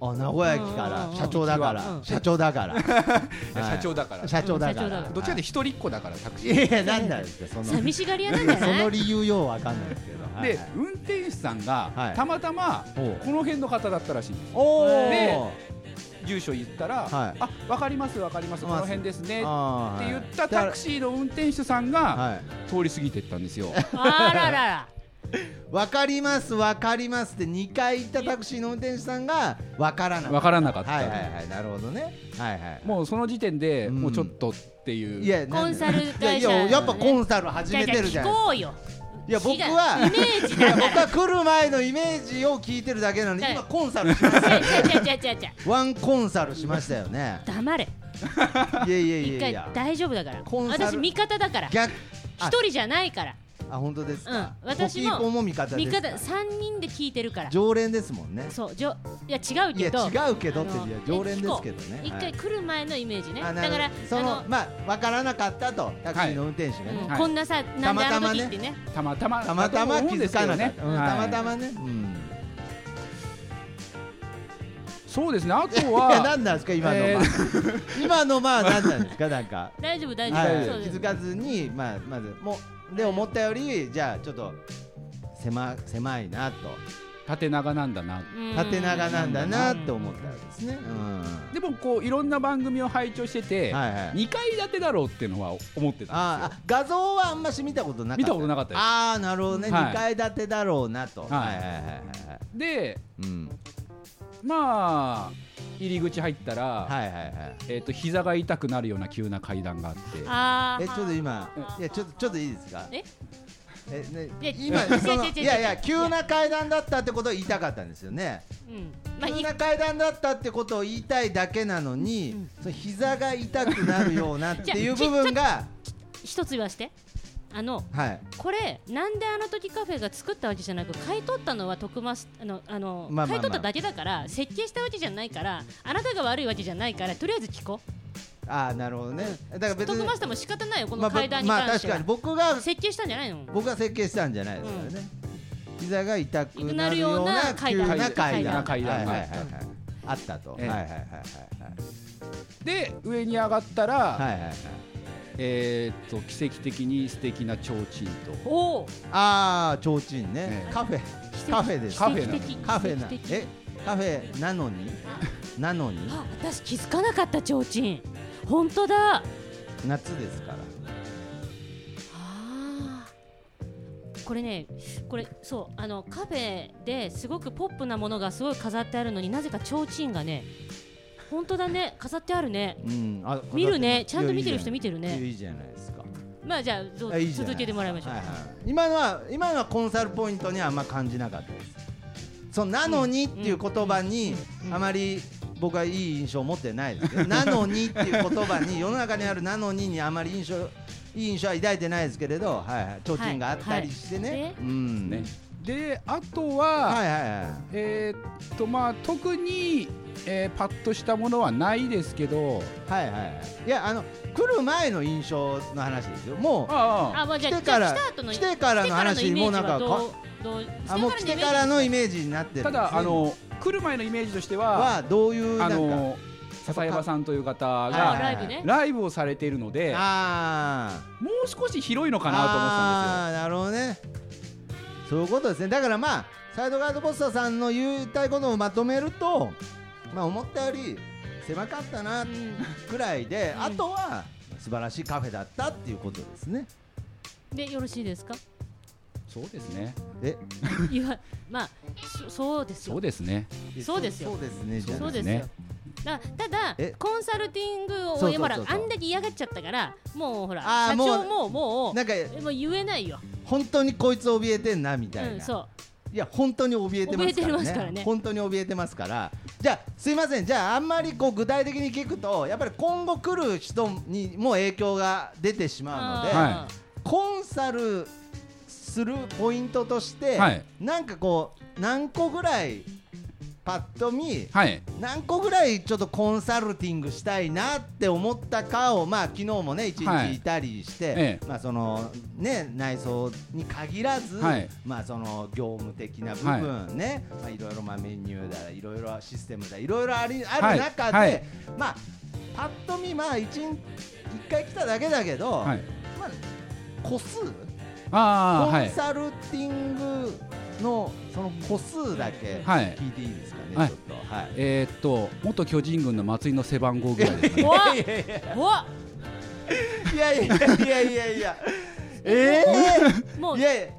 S2: あ名古屋駅か
S3: うんうんう
S2: ら
S3: ん
S2: 社長だか
S3: う
S2: ら
S3: ん
S2: 社長だ からはい
S4: 社長だ
S2: 社長だ
S4: から
S2: か
S3: うん社長だからら
S4: どっちかで一人っ子だからタクシ
S2: い
S4: ー、
S2: やいやなんだよってその
S3: 寂しがり屋なん
S2: い
S3: じ
S2: や
S3: ゃ
S2: そ
S3: な
S2: の
S3: い
S2: 理由ようわかんないですけどはい
S4: で運転手さんが、
S2: はい
S4: たまたま
S2: ほう
S4: この辺の方だったらしいんです
S2: お
S4: で
S2: ー
S4: 住所言ったら「
S2: はい
S4: あわかりますわかりますこの辺ですね」っ
S2: あ
S4: て
S2: ー
S4: 言
S2: はい
S4: ったタクシーの運転手さん
S2: だから
S4: が
S2: はい
S4: 通り過ぎてったんですよ。
S3: あららら
S2: わかりますわかりますって二回行ったタクシーの運転手さんがわからなか
S4: わからなかった、
S2: はいはいはいなるほどねはいはい
S4: もうその時点で、
S2: うん
S4: もうちょっとっていう
S2: いや
S3: コンサル会社
S2: いやいややっぱコンサル始
S3: じゃ
S2: め
S3: あじ
S2: て
S3: ゃあ
S2: るじゃ
S3: 聞
S2: んい
S3: こうよ
S2: や僕
S3: 違う
S2: は
S3: イメージ
S2: いや
S3: だ
S2: 僕
S3: から
S2: は来る前のイメージを聞いてるだけなのに
S3: はい
S2: 今コンサルしまし
S3: じゃあじゃあじゃあじゃあ
S2: たワンコンサルしましたよね
S3: 黙
S2: いや
S3: れ
S2: いや
S3: 一
S2: いやい
S3: 回
S2: や
S3: 大丈夫だから
S2: コンサル
S3: 私味方だから一
S2: 逆あ
S3: 人じゃないから
S2: あ本当ですか
S3: うん私も
S2: コキーポも味方で
S3: 味
S2: す
S3: 方
S2: か
S3: 3人で聞いてるから
S2: 常連ですもんね
S3: そうじょいや違う
S2: いや
S3: けど
S2: 違うけどって
S3: あの
S2: いや常連ですけど
S3: え
S2: ね
S3: 一
S2: は
S3: 回
S2: い
S3: 来る前のイメージね
S2: あ
S3: だ
S2: なるほ
S3: か
S2: ど
S3: ら
S2: そ
S3: あ
S2: のまあ分からなかったとタクシーの運転手が
S3: うん
S2: ね
S4: はい
S3: こんなさなんであの時ってね
S4: たまたま
S2: たまたま気づかなか
S4: だ
S2: っ
S4: と
S2: たう
S4: 思うんんですけどね
S2: たまた
S4: はい
S2: まねうん
S4: そうですねあ と
S2: いや
S4: は
S2: 何なんですか今の
S4: え
S2: まあ今のまあ何なんですかなんか
S3: 大丈夫大
S2: は
S3: 丈
S2: い
S3: 夫そう
S2: 気
S3: です
S2: づかずに、まあ、まずもうで思ったよりじゃあちょっと狭狭いなと
S4: 縦長なんだな
S3: うん
S2: 縦長なんだなと思ったんですね。うん
S4: でもこういろんな番組を拝聴してて、
S2: はいはい、
S4: 2階建てだろうっていうのは思ってた
S2: あ
S4: んで
S2: ーあ画像はあんまし見たことなかった
S4: 見たことなかったです
S2: ああなるほどね、
S4: はい
S2: 2階建てだろうなと、
S4: い
S2: はい、はいはいはいはい
S4: すよで
S2: うん
S4: まあ入り口入ったら、
S2: はいはいはい
S4: えっ、と膝が痛くなるような急な階段があって
S3: あー
S2: えちょっと今
S3: あー
S2: いやちょっとちょっといいですか
S3: え
S2: え
S3: いや
S2: ね今
S3: 違う
S2: その
S3: 違う違う違う
S2: いやいや急な階段だったってことを言いたかったんですよね
S3: うんまあい
S2: 急
S3: い
S2: な階段だったってことを言いたいだけなのに
S3: うん
S2: その膝が痛くなるようなってい
S3: じゃ
S2: う
S3: あ
S2: 部分が
S3: 一つ言わしてあの
S2: はい
S3: これなんであの時カフェが作ったわけじゃなく買い取ったのは徳増あのあの、
S2: まあまあまあ
S3: 買い取っただけだから設計したわけじゃないからあなたが悪いわけじゃないからとりあえず聞こう
S2: ああなるほどねだから別
S3: 徳
S2: に
S3: 増さんも仕方ないよこ
S2: ま
S3: の
S2: あ
S3: 階段に
S2: まあ
S3: 関
S2: 確
S3: しては、
S2: かに僕が
S3: 設計したんじゃないの
S2: 僕が設計したんじゃないですからね、膝が痛くなるような
S3: 痛くなる
S2: 急
S3: よう
S2: な
S3: な
S2: 階
S3: 階
S2: 段
S3: 段
S4: 階段
S2: はいはいはい
S4: 階段
S2: はいあったと、
S4: ええ
S2: はいはいはいはい
S4: で上に上がったら、
S2: はいはいはい
S4: えっ、と奇跡的に素敵な提灯と
S3: おお
S2: ああ提灯ね、
S4: ええ
S2: カフェカフェです
S4: カフェなの
S2: カフェな
S3: 奇跡的
S2: えカフェなのになのに
S3: あ私気づかなかった提灯本当だあ
S2: 夏ですから
S3: あこれねこれそうあのカフェですごくポップなものがすごい飾ってあるのになぜか提灯がね本当だね飾ってあるね
S2: うんあ
S3: 見るねちゃんと見てる人見てる
S2: る
S3: ね
S2: いいじゃないですか
S3: まあじゃあどう
S2: あいいじゃない
S3: 続けてもらいましょう、
S2: はいはい、今のは今のはコンサルポイントにはあんま感じなかったですそのなのにっていう言葉に
S3: うんうん
S2: あまり僕はいい印象を持ってないですけどなのにっていう言葉 に世の中にあるなのににあまり印象いい印象は抱いてないですけれど、はいはい、提灯があったりしてね、
S3: はいはい
S2: うん、
S4: ね、であとは、
S2: はいはいはい
S4: えーっとまあ特に、えーパッとしたものはないですけど
S2: はいはいはいいやあの来る前の印象の話ですよもう
S4: あ
S3: あまあじゃあ
S2: 来てから
S3: じゃあ来た後の
S2: 来てからの話
S3: 来てからのイメージは
S2: もうなんか
S3: どうどう
S2: あもう来てからのイメージになってるんで
S4: た
S2: すね
S4: だあの来る前のイメージとしては
S2: はどういうな
S4: あ
S2: んか
S4: の笹山さんという方
S2: はい
S4: が
S3: ライブね
S4: ライブをされているので
S2: ああ
S4: もう少し広いのかなと思ったんで
S2: あーなるほどねそういうことですねだからまあサイドガードポスターさんの言いたいことをまとめるとまあ思ったより狭かったなくらいで、
S3: うん
S2: あとは素晴らしいカフェだったっていうことですね
S3: うんでよろしいですか
S4: すよそうですね
S2: え
S3: いやまあそそうです
S4: そ
S3: よ
S4: うですね
S3: そうですよ
S2: そうですねじゃあ
S3: そうです
S4: ね
S3: よ。だただ
S2: え
S3: コンサルティングを
S2: そうそうそうそう
S3: 終えほらあんだけ嫌がっちゃったからもうほら
S2: あー
S3: 社長ももう
S2: なんか
S3: もう言えないよ。
S2: 本当にこいつ怯えてんなみ
S3: う
S2: たいな、
S3: んそう。
S2: いや本当に怯えてますから
S3: 怯えてま
S2: ね
S3: すからね
S2: 本当に怯えてますからじゃあすいませんじゃああんまりこう具体的に聞くとやっぱり今後来る人にも影響が出てしまうので、
S4: あ
S3: あ
S2: コンサルするポイントとして、
S4: はい
S2: なんかこう何個ぐらいパッと見
S4: はい
S2: 何個ぐらいちょっとコンサルティングしたいなって思ったかをまあ昨日もね一
S4: は
S2: 日
S4: い
S2: いたりして、
S4: ええ
S2: まあそのね内装に限らず、
S4: はい
S2: まあその業務的な部分ね、い、まあいろいろまあメニューだいろいろシステムだいろいろありある中で、
S4: はいはい
S2: まあパッと見まあ一日一回来ただけだけど、
S4: はい
S2: まあ個数
S4: ああ
S2: コ
S4: は
S2: ン
S4: い
S2: サルティングのその個数だけ
S4: はい
S2: 聞いていいですかね、
S4: はい
S2: ちょっとはい。
S4: えーっと元巨人軍の松井の背番号ぐらい ですか
S3: ー
S4: ね
S3: わ
S2: いやいや
S3: わ
S2: いやいやいやい やえ
S3: も
S2: ー、
S3: う
S2: いやい
S3: え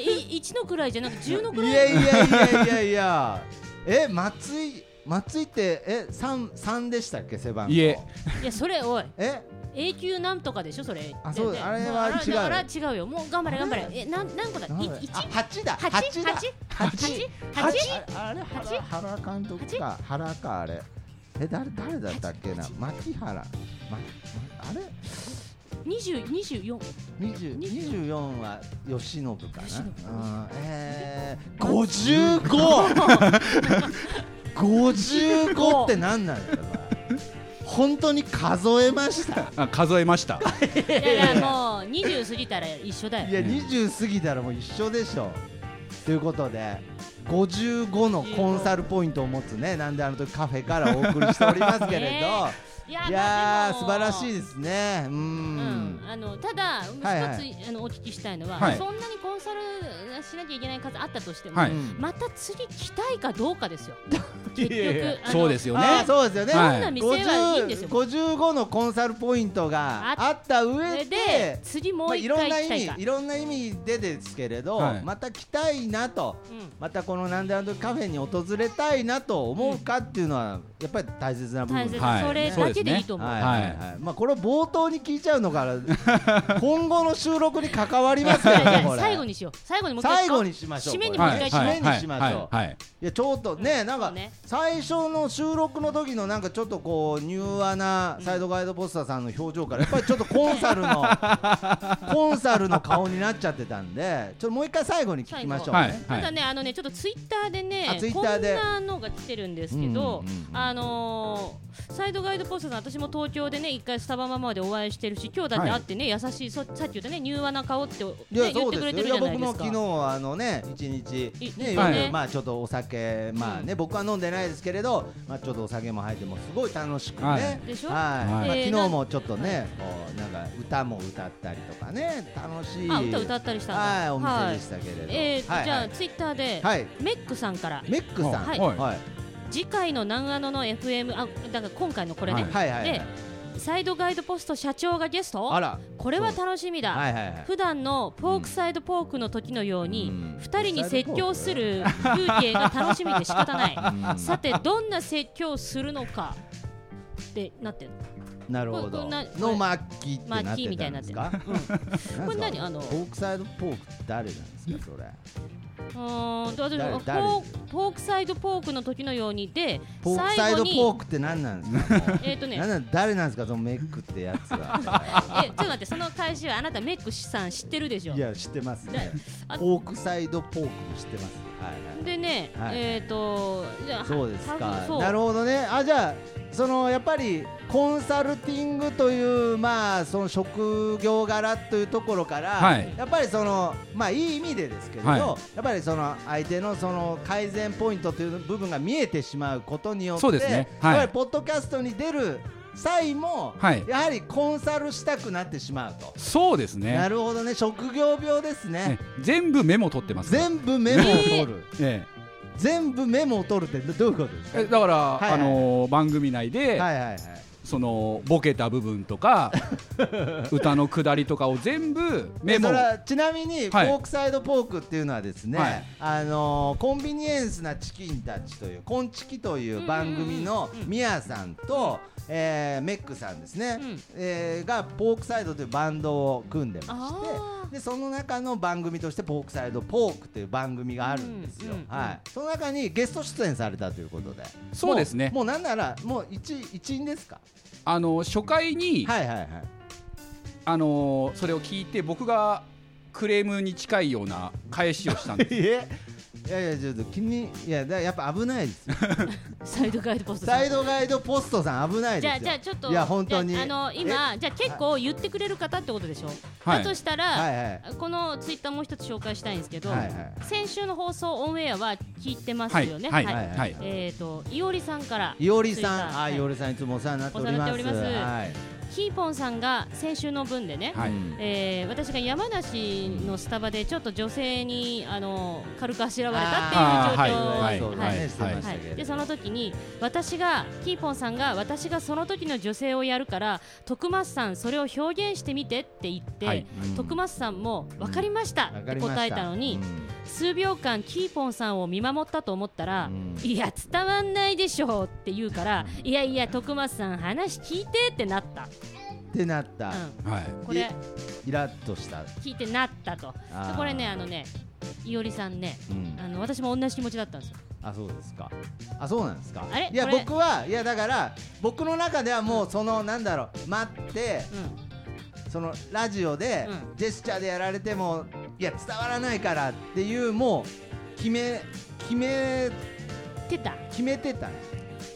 S3: い一の位じゃなく十の
S2: やい
S3: 位。
S2: やいやいやいやいやえ松井松井ってえ三三でしたっけ背番号
S4: いえ
S3: いやそれおい
S2: え
S3: A 級なんとかでしょそれ。
S2: あそう
S3: ねね
S2: あれは
S3: も
S2: 違う
S3: あれは違うよ。もう頑張れ頑張れ。えなん何個だ？
S2: なん
S3: い
S2: だ
S3: 一
S2: あ八だ
S3: 八
S2: だ
S3: 八
S2: 八
S3: 八八
S2: ああれ
S3: 八
S2: 原原監督か原かあれえ誰誰だったっけな
S3: 八
S2: 牧原、ま、まあれ
S3: 二十二十四。
S2: 二十二十四は吉信か
S3: 吉信
S2: な。うん、ええー、五十五。五十五ってなんなんだよ。お前本当に数えました。
S4: あ数えました
S3: いやいやもう二十過ぎたら一緒だ
S2: い
S3: よ。
S2: や、二十過ぎたらもう一緒でしょということで。55のコンサルポイントを持つね、なんであの時カフェからお送りしておりますけれ
S3: ね
S2: ど、
S3: いや
S2: いやー、素晴らしい
S3: い。
S2: ですね、うー
S3: うん
S2: ん、
S3: あのただ一つ、
S2: はいはい
S3: あのお聞きしたいのは、
S4: はい
S3: そんなにコンサル換しなきゃいけない数あったとしても、
S4: は
S2: う
S4: い
S2: ん
S3: また次来たいかどうか ですよ。結
S1: いやいや
S3: 局あの
S4: そうですよね
S2: あーそうですよね、
S4: はい
S3: どんな店はいいんですよ。
S2: 50 55のコンサルポイントがあった
S3: そ
S2: 上
S3: れ
S2: で
S3: で次も
S2: まあ
S3: う
S2: い
S3: 一
S2: ろん
S3: 回
S2: な
S3: 行き
S2: 意
S3: たいか
S2: 味い。ろんな意味でですけれど、
S4: はい
S2: また来たいなと
S3: うん
S2: またこの「なんでなんでカフェ」に訪れたいなと思うかっていうのはやっぱり大切な部分
S3: 大
S2: です
S3: 切、
S2: は
S4: はい
S3: それだけでいいと
S2: い
S3: 思う。
S2: はいはいまあ、これを冒頭に聞いちゃうのから今後の収録に関わりますよ
S3: いや
S2: ね
S3: い
S2: こ
S3: や
S2: れ
S3: 最後にしよう。最後にもう一回
S2: 最後にしましょう
S3: 締めに
S2: これ
S3: もう一回
S2: はい
S4: はい
S2: 締めにしましょう
S4: はいはい
S2: いやちょっとね、なん
S3: そ
S2: か
S3: うね
S2: 最初の収録の時のなんかちょっとこう柔和なサイドガイドポスターさんの表情からやっぱりちょっとコンサル のコンサルの顔になっちゃってたんでちょっともう一回最後に聞きましょうね、
S4: はいはい
S3: ただね、あのね、ちょっとツイッターでね
S2: あツイ、ッ
S3: こ
S2: ター
S3: ん
S2: で
S3: なのが来てるんですけど
S2: うんうんうん、
S3: あのー、サイドガイドポストさん、私も東京でね、一回スタバママでお会いしてるし、今日だって会ってね、優しい、そさっき言ったね、柔和な顔って、ね、
S2: いや
S3: 言ってくれてるじゃないです
S2: いや僕も昨
S3: か。
S2: 日あのね一日
S3: い
S2: ね
S3: はい
S2: 夜まあちょっとお酒まあね僕は飲んでないですけれどまあちょっとお酒も入ってもうすごい楽しくね
S4: は
S2: はいい
S3: でしょ
S2: まあ
S3: えー
S2: 昨日もちょっとねこうなんか歌も歌ったりとかね楽しい
S3: あ、歌歌ったりしたんだ
S2: はいお店でし
S3: は
S2: たけれど
S3: いえーと
S2: はい
S3: じゃあ、ツイッターで、
S2: はい
S3: メックさんから、
S2: メックさん
S3: はい
S4: はい
S2: はい
S3: 次回の南アノの FM、あ、だから今回のこれね、
S2: はいはいはい
S3: でサイドガイドポスト社長がゲスト
S2: あら
S3: これは楽しみだ。
S2: はいはいはい
S3: 普段のポークサイドポークの時のように、
S2: うん
S3: 2人に説教する風景が楽しみで仕方な
S2: うん
S3: いさてどんな説教をするのかってなってるの
S2: なるほ
S3: こ
S2: ど
S3: んな
S2: のマッキーって
S3: マ
S2: な
S3: ッ
S2: っ
S3: キー
S2: て
S3: みた
S2: た
S3: い
S2: ん
S3: になっ
S2: で
S3: て
S2: す
S3: る
S2: か
S3: うん、これ何あの
S2: ポークサイドポークって誰なんですかそれ
S3: うーんと私
S2: 誰
S3: ポ
S2: 誰
S3: ーポークサイドポークの時のようにで
S2: ポークサイド
S3: に
S2: ポークって何なんですかもう
S3: えっ、とね
S2: なんなん誰なんですかそのメックってやつ は
S3: えちょっと待ってその返しはあなたメックさん知ってるでしょ
S2: いや知ってますね
S3: あ
S2: ポークサイドポークも知ってますはいはい
S3: でね、
S2: はい
S3: えっ、とじゃあ
S2: そうです
S3: 多
S2: か
S3: 分そう
S2: なるほどねあじゃあそのやっぱりコンサルティングというまあその職業柄というところから、
S4: はい
S2: やっぱりそのまあいい意味でですけれど、
S4: はい
S2: やっぱりその相手のその改善ポイントという部分が見えてしまうことによって
S4: そうですねは
S2: や
S4: い
S2: っぱりポッドキャストに出る際も、
S4: はい
S2: やはりコンサルしたくなってしまうと、
S4: そうです
S2: な
S4: ね
S2: るほどね職業病ですね
S4: ね全部メモ取ってます
S2: 全部メモを取る、
S4: え
S2: 全部メモを取るってどういうことです
S4: え
S2: か
S4: えだから、
S2: いはい
S4: あのー番組内で、
S2: はいはいはい
S4: そのボケた部分 とか歌のくだりとかを全部メモ
S2: それはちなみにポ
S4: はい
S2: ークサイドポークっていうのはですね、
S4: はい
S2: あのーコンビニエンスなチキンたちという「コンチキ」という番組のミヤさんと、えーメックさんですね、
S3: うん
S2: えーがポークサイドというバンドを組んでまして
S3: あ
S2: でその中の番組として「ポークサイドポーク」という番組があるんですよ、
S3: うんうんうん
S2: はい、その中にゲスト出演されたということで
S4: そうですね
S2: もうもうなんならもう一一員ですか
S4: あの初回に、
S2: はいはいはい
S4: あのーそれを聞いて僕がクレームに近いような返しをした んです
S2: えいやいやちょっと気にいやだやっぱ危ないですよ
S3: ーサイドガイドポストさん
S2: サイドガイドポストさん危ないです
S3: じゃ
S2: よ
S3: あじゃあちょっと
S2: いや本当に
S3: じゃああの今じゃあ結構言ってくれる方ってことでしょ、
S4: はい
S3: だとしたら、
S2: はいはい
S3: このツイッターもう一つ紹介したいんですけど、
S2: はいはい
S3: 先週の放送オンエアは聞いてます
S4: はい
S3: よね
S4: はい
S2: い
S4: はい、はい
S3: えっ、といおりさんから
S2: いおり
S3: ツイッ
S2: さ
S3: ター
S2: んあ
S3: はい
S2: いおりさんいつもお世話になっております
S3: お世話になっております
S2: はい
S3: ひーぽんさんが先週の分でね、
S4: はい
S2: うん
S3: えー私が山梨のスタバでちょっと女性にあの軽くあしらわれたっていう状況
S4: あーはい
S2: そう
S4: はい
S2: だ
S4: は
S2: ね
S4: い
S2: してました
S3: は
S2: けれ
S3: い、
S2: ど
S3: でその時に私がキーポンさんが私がその時の女性をやるから徳松さんそれを表現してみてって言って、
S4: はい
S2: うん
S3: 徳松さんも分かりました
S2: わ
S3: っ
S2: か
S3: て
S2: りました
S3: 答えたのに数秒間キーポンさんを見守ったと思ったら、
S2: うん
S3: いや伝わんないでしょうって言うからいやいや徳松さん話聞いてってなっ
S2: う
S3: た、
S2: んってなった
S3: う
S4: はい
S3: ん、これ
S2: イラッとした
S3: 聞いてなったと
S2: あ
S3: で
S2: ー
S3: これねあのねいおりさんね
S2: うん
S3: あの私も同じ気持ちだったんですよ
S2: あそうですかあそうなんですか
S3: あれ
S2: いや
S3: これ
S2: 僕はいやだから僕の中ではもうそのなんだろう待って
S3: う
S2: そのラジオで
S3: う
S2: ジェスチャーでやられてもいや伝わらないからっていうもう決め決め
S3: んてた
S2: 決めてたね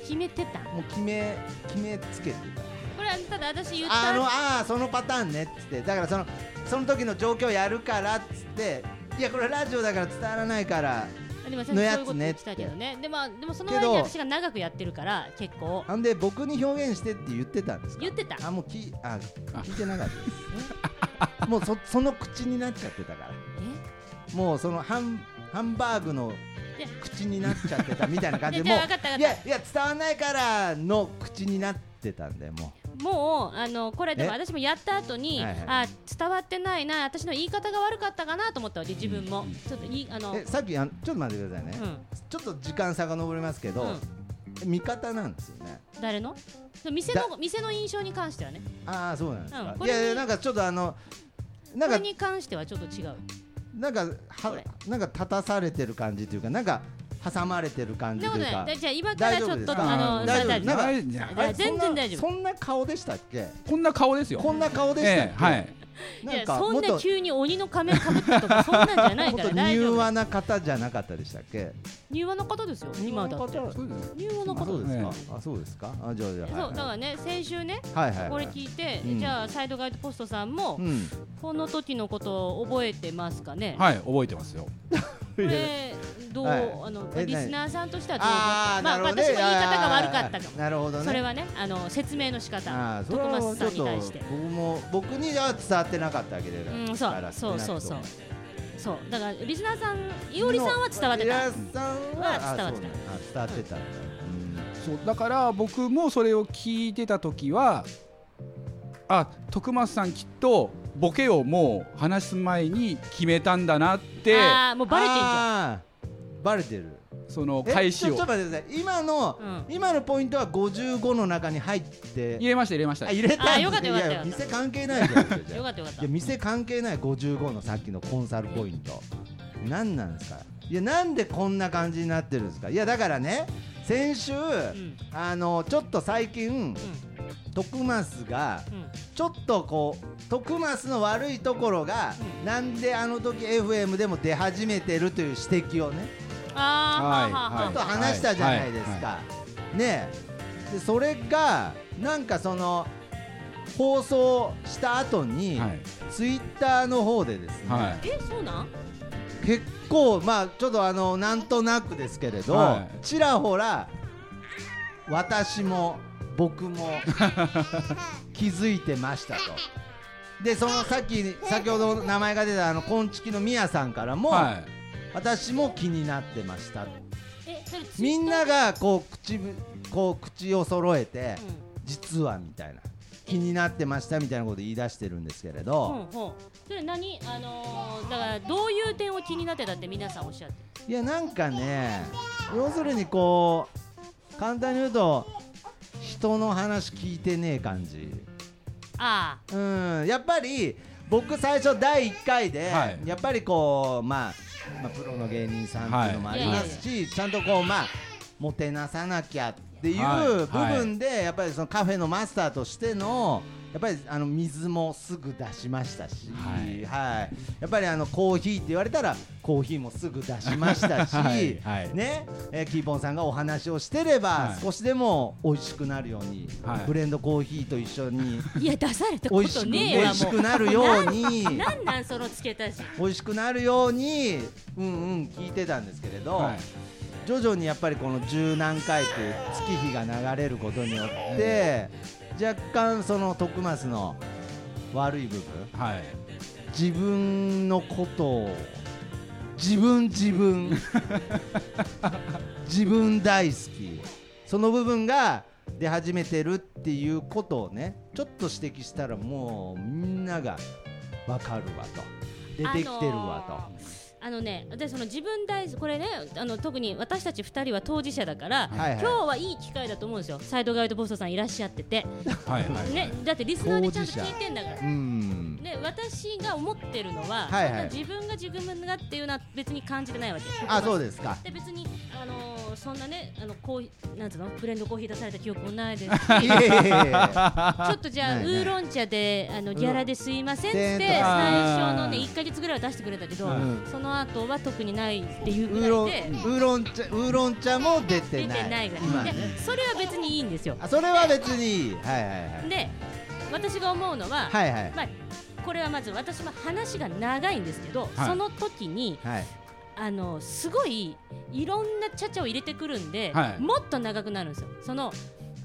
S3: 決めてた
S2: もう決め決めつけて
S3: これはただ私言った
S2: たあのああそのパターンねっつってだからそのその時の状況やるからっつっていやこれラジオだから伝わらないから
S3: でも
S2: のやつね
S3: そういうこと言ってたけどねでもでもその割に
S2: けど
S3: 私が長くやってるから結構
S2: なんで僕に表現してって言ってたんですか
S3: 言ってた
S2: あもうき あ聞いてなかったですもうそその口になっちゃってたから
S3: え
S2: もうそのハンハンバーグの
S3: いや
S2: 口になっちゃってたみたいな感じで
S3: い
S2: も
S3: や
S2: う
S3: 分かった分
S2: い
S3: かっ
S2: やいや伝わんないからの口になってたんでも
S3: たもうあのこれでも
S2: え
S3: 私もやった後に、
S2: はいはい
S3: あ伝わってないな私の言い方が悪かったかなと思ったわけ自分も、
S4: うん
S3: ちょっといいあの
S2: うえさっきあのちょっと待ってくださいね、
S3: うん
S2: ちょっと時間遡りますけど、
S3: うん
S2: 味方なんですよね
S3: 誰の店の店の印象に関してはね
S2: ああそうなんです
S3: うん
S2: か、
S3: こ
S2: い
S3: れ
S2: やいや
S3: に
S2: なんかちょっとあのな
S3: こ
S2: んか
S3: れに関してはちょっと違う
S2: なんか
S3: こ
S2: は
S3: れ
S2: なんか立たされてる感じというかなんか挟まれてる感じ
S3: でも
S2: という
S3: ね
S2: か
S3: だじゃあ今からちょっとあの
S2: 大丈夫
S3: さ
S2: ですなんか
S4: 大丈夫じゃん
S3: 夫
S2: あれ
S3: 全然大丈夫
S2: そんなそんな顔でしたっけ
S4: こんな顔ですよ。
S2: こんな顔でしたっ
S4: え
S2: け、
S4: えはい。
S3: いや
S2: なんか
S3: そ
S2: もっ
S3: んな
S2: と
S3: 急に鬼の仮面かぶった とかそんなんじゃない
S2: も
S3: か
S2: っと
S3: ら大
S2: 柔
S3: 丈夫
S2: 和な方じゃなかったでしたっけ
S3: 入和の方ですよ今だって
S2: 柔和な方
S4: そうですね
S3: 入和の
S2: あそう
S3: 方で
S2: です
S4: え
S2: か、あそうですかあじゃあじゃ
S3: す
S2: あ
S3: そうだからね先週ね
S2: はいはいはい
S3: こ
S2: は
S3: れ
S2: い
S3: 聞いて
S2: うん
S3: じゃあサイドガイドポストさんも
S2: うん
S3: この時のことを覚えてますかね
S4: はい、覚えてますよ。
S3: これどう
S2: はい
S3: あの
S2: え
S3: リスナーさんとしてはどう
S2: ああ
S3: ま
S2: な
S3: あ
S2: るほど
S3: 私
S2: ね
S3: も言い方が悪かったか
S2: あーなるほど
S3: も
S2: ね
S3: それはねあの説明の仕
S2: あ
S3: 方
S2: あそれ
S3: 徳
S2: は
S3: 松さんに対し
S2: ち
S3: て
S2: ょっと僕も僕には伝わってなかったわけで
S3: うんそうそうそうそうそうだからリスナーさんい
S2: い
S3: おりさんは伝わってた
S2: リスナーさんは
S3: は伝わって
S2: あそう
S3: た
S2: なんだあ伝わってたんだ
S4: そうだから僕もそれを聞いてた時はあ徳松さんきっとボケをもう話す前に決めたんだなって
S3: ああもうバレてんじゃん
S2: ゃんバレてる
S4: その
S2: え
S4: 返し
S2: ちょちょ
S4: を
S2: っと待ってください今の
S3: うん
S2: 今のポイントは55の中に入って
S4: 入れました入れました
S2: あ入れたんです
S3: あよかったよかった
S2: いや店関係ないじゃんそれじゃ
S3: よかったよかった
S2: いや店関係ない55のさっきのコンサルポイント何なんですかいやなんでこんな感じになってるんですかいやだからね先週、
S3: うん
S2: あのちょっと最近徳増が
S3: うんうん
S2: ちょっとこう徳増の悪いところが、
S3: う
S2: なんであの時 FM でも出始めてるという指摘をね
S3: あーはあはあ
S2: ちょ
S3: は
S2: っ
S3: あ
S2: と話したじゃないですか、
S4: はいは
S2: ねえでそれがなんかその放送した後に、
S4: はい
S2: ツイッターの方でですね、
S4: は
S3: えそうなん
S2: 結構まあちょっとあのなんとなくですけれど、
S4: はい
S2: ちらほら私も僕も 気づいてましたと。でそのさっき先ほど名前が出たあのこんちきのみやさんから
S4: い
S2: も、
S4: は
S2: 私も気になってました
S3: えそれツイ
S2: みんな
S3: ッ
S2: がこう口ぶこう口を揃えて、
S3: ター
S2: 実はみたいな気になってましたみたいなこと言い出してるんですけれ
S3: うんうん
S2: ど、
S3: うんそれ何あのーだからどういう点を気になってたって皆さんおっしゃって
S2: いやなんかね要するにこう簡単に言うと人の話聞いてねえ感じ
S3: あ
S2: うんやっぱり僕最初第1回で、
S4: はい
S2: やっぱりこう、まあ、まあプロの芸人さんっていうのもありますし、ちゃんとこうまあもてなさなきゃってい
S4: は
S2: う部
S4: いはい
S2: 分で、やっぱりそのカフェのマスターとしてのやっぱりあの水もすぐ出しましたし、は
S4: はいい
S2: やっぱりあのコーヒーって言われたらコーヒーもすぐ出しましたし、
S4: はいはい
S2: ねえーキーポンさんがお話をしてれば、
S4: はい
S2: 少しでも美味しくなるように、
S4: はい
S2: ブレンドコーヒーと一緒に
S3: あいや出された
S2: 美
S3: こ
S2: 味し
S3: と
S2: く
S3: ね
S2: 美
S3: えわ
S2: 味し
S3: も
S2: くなるように
S3: うなんなんそのつけたし
S2: 美味しくなるようにうんうん聞いてたんですけれど、
S4: はい
S2: 徐々にやっぱりこの十何回という月日が流れることによって若干その徳増の悪い部分
S4: はい
S2: 自分のことを自分自分 自分大好きその部分が出始めてるっていうことをねちょっと指摘したらもうみんなが分かるわと出てきてるわと、
S3: あのーあのね、私その自分大好きこれねあの特に私たち2人は当事者だから、
S2: はいはい
S3: 今日はいい機会だと思うんですよサイドガイドボストさんいらっしゃってて、
S4: はいはい
S3: ね、だってリスナーでちゃんと聞いてんだから
S2: うん
S3: で私が思ってるのは、
S2: はいはい
S3: そんな自分が自分がっていうのは別に感じてないわけ
S2: あそう
S3: で
S2: ですか
S3: で別に、あのーそんなねあのコーヒーなんつうのブレンドコーヒー出された記憶も ないですし
S2: いえいえ
S3: ち
S2: いえいえ
S3: ょっとじゃあ
S2: ないない
S3: ウーロン茶であのギャラですいませんっつ
S2: う
S3: っ
S2: ん
S3: て最初のね1か月ぐらいは出してくれたけど、
S2: うん
S3: その後は特にないっていう
S2: ウ
S3: ぐ
S2: ーロンウ
S3: らいで
S2: ーロン茶ウーロン茶も出て
S3: 出
S2: ない
S3: てないぐらい、
S2: 今
S3: で
S2: ね
S3: それは別にいいんですよ
S2: あそれは別にいいはいはいはい
S3: で私が思うのは、
S2: はいはい
S3: まあ、これはまず私も話が長いんですけど、
S4: はい
S3: その時に
S2: はい
S3: あのすごいいろんなちゃちゃを入れてくるんで、
S4: はい
S3: もっと長くなるんですよその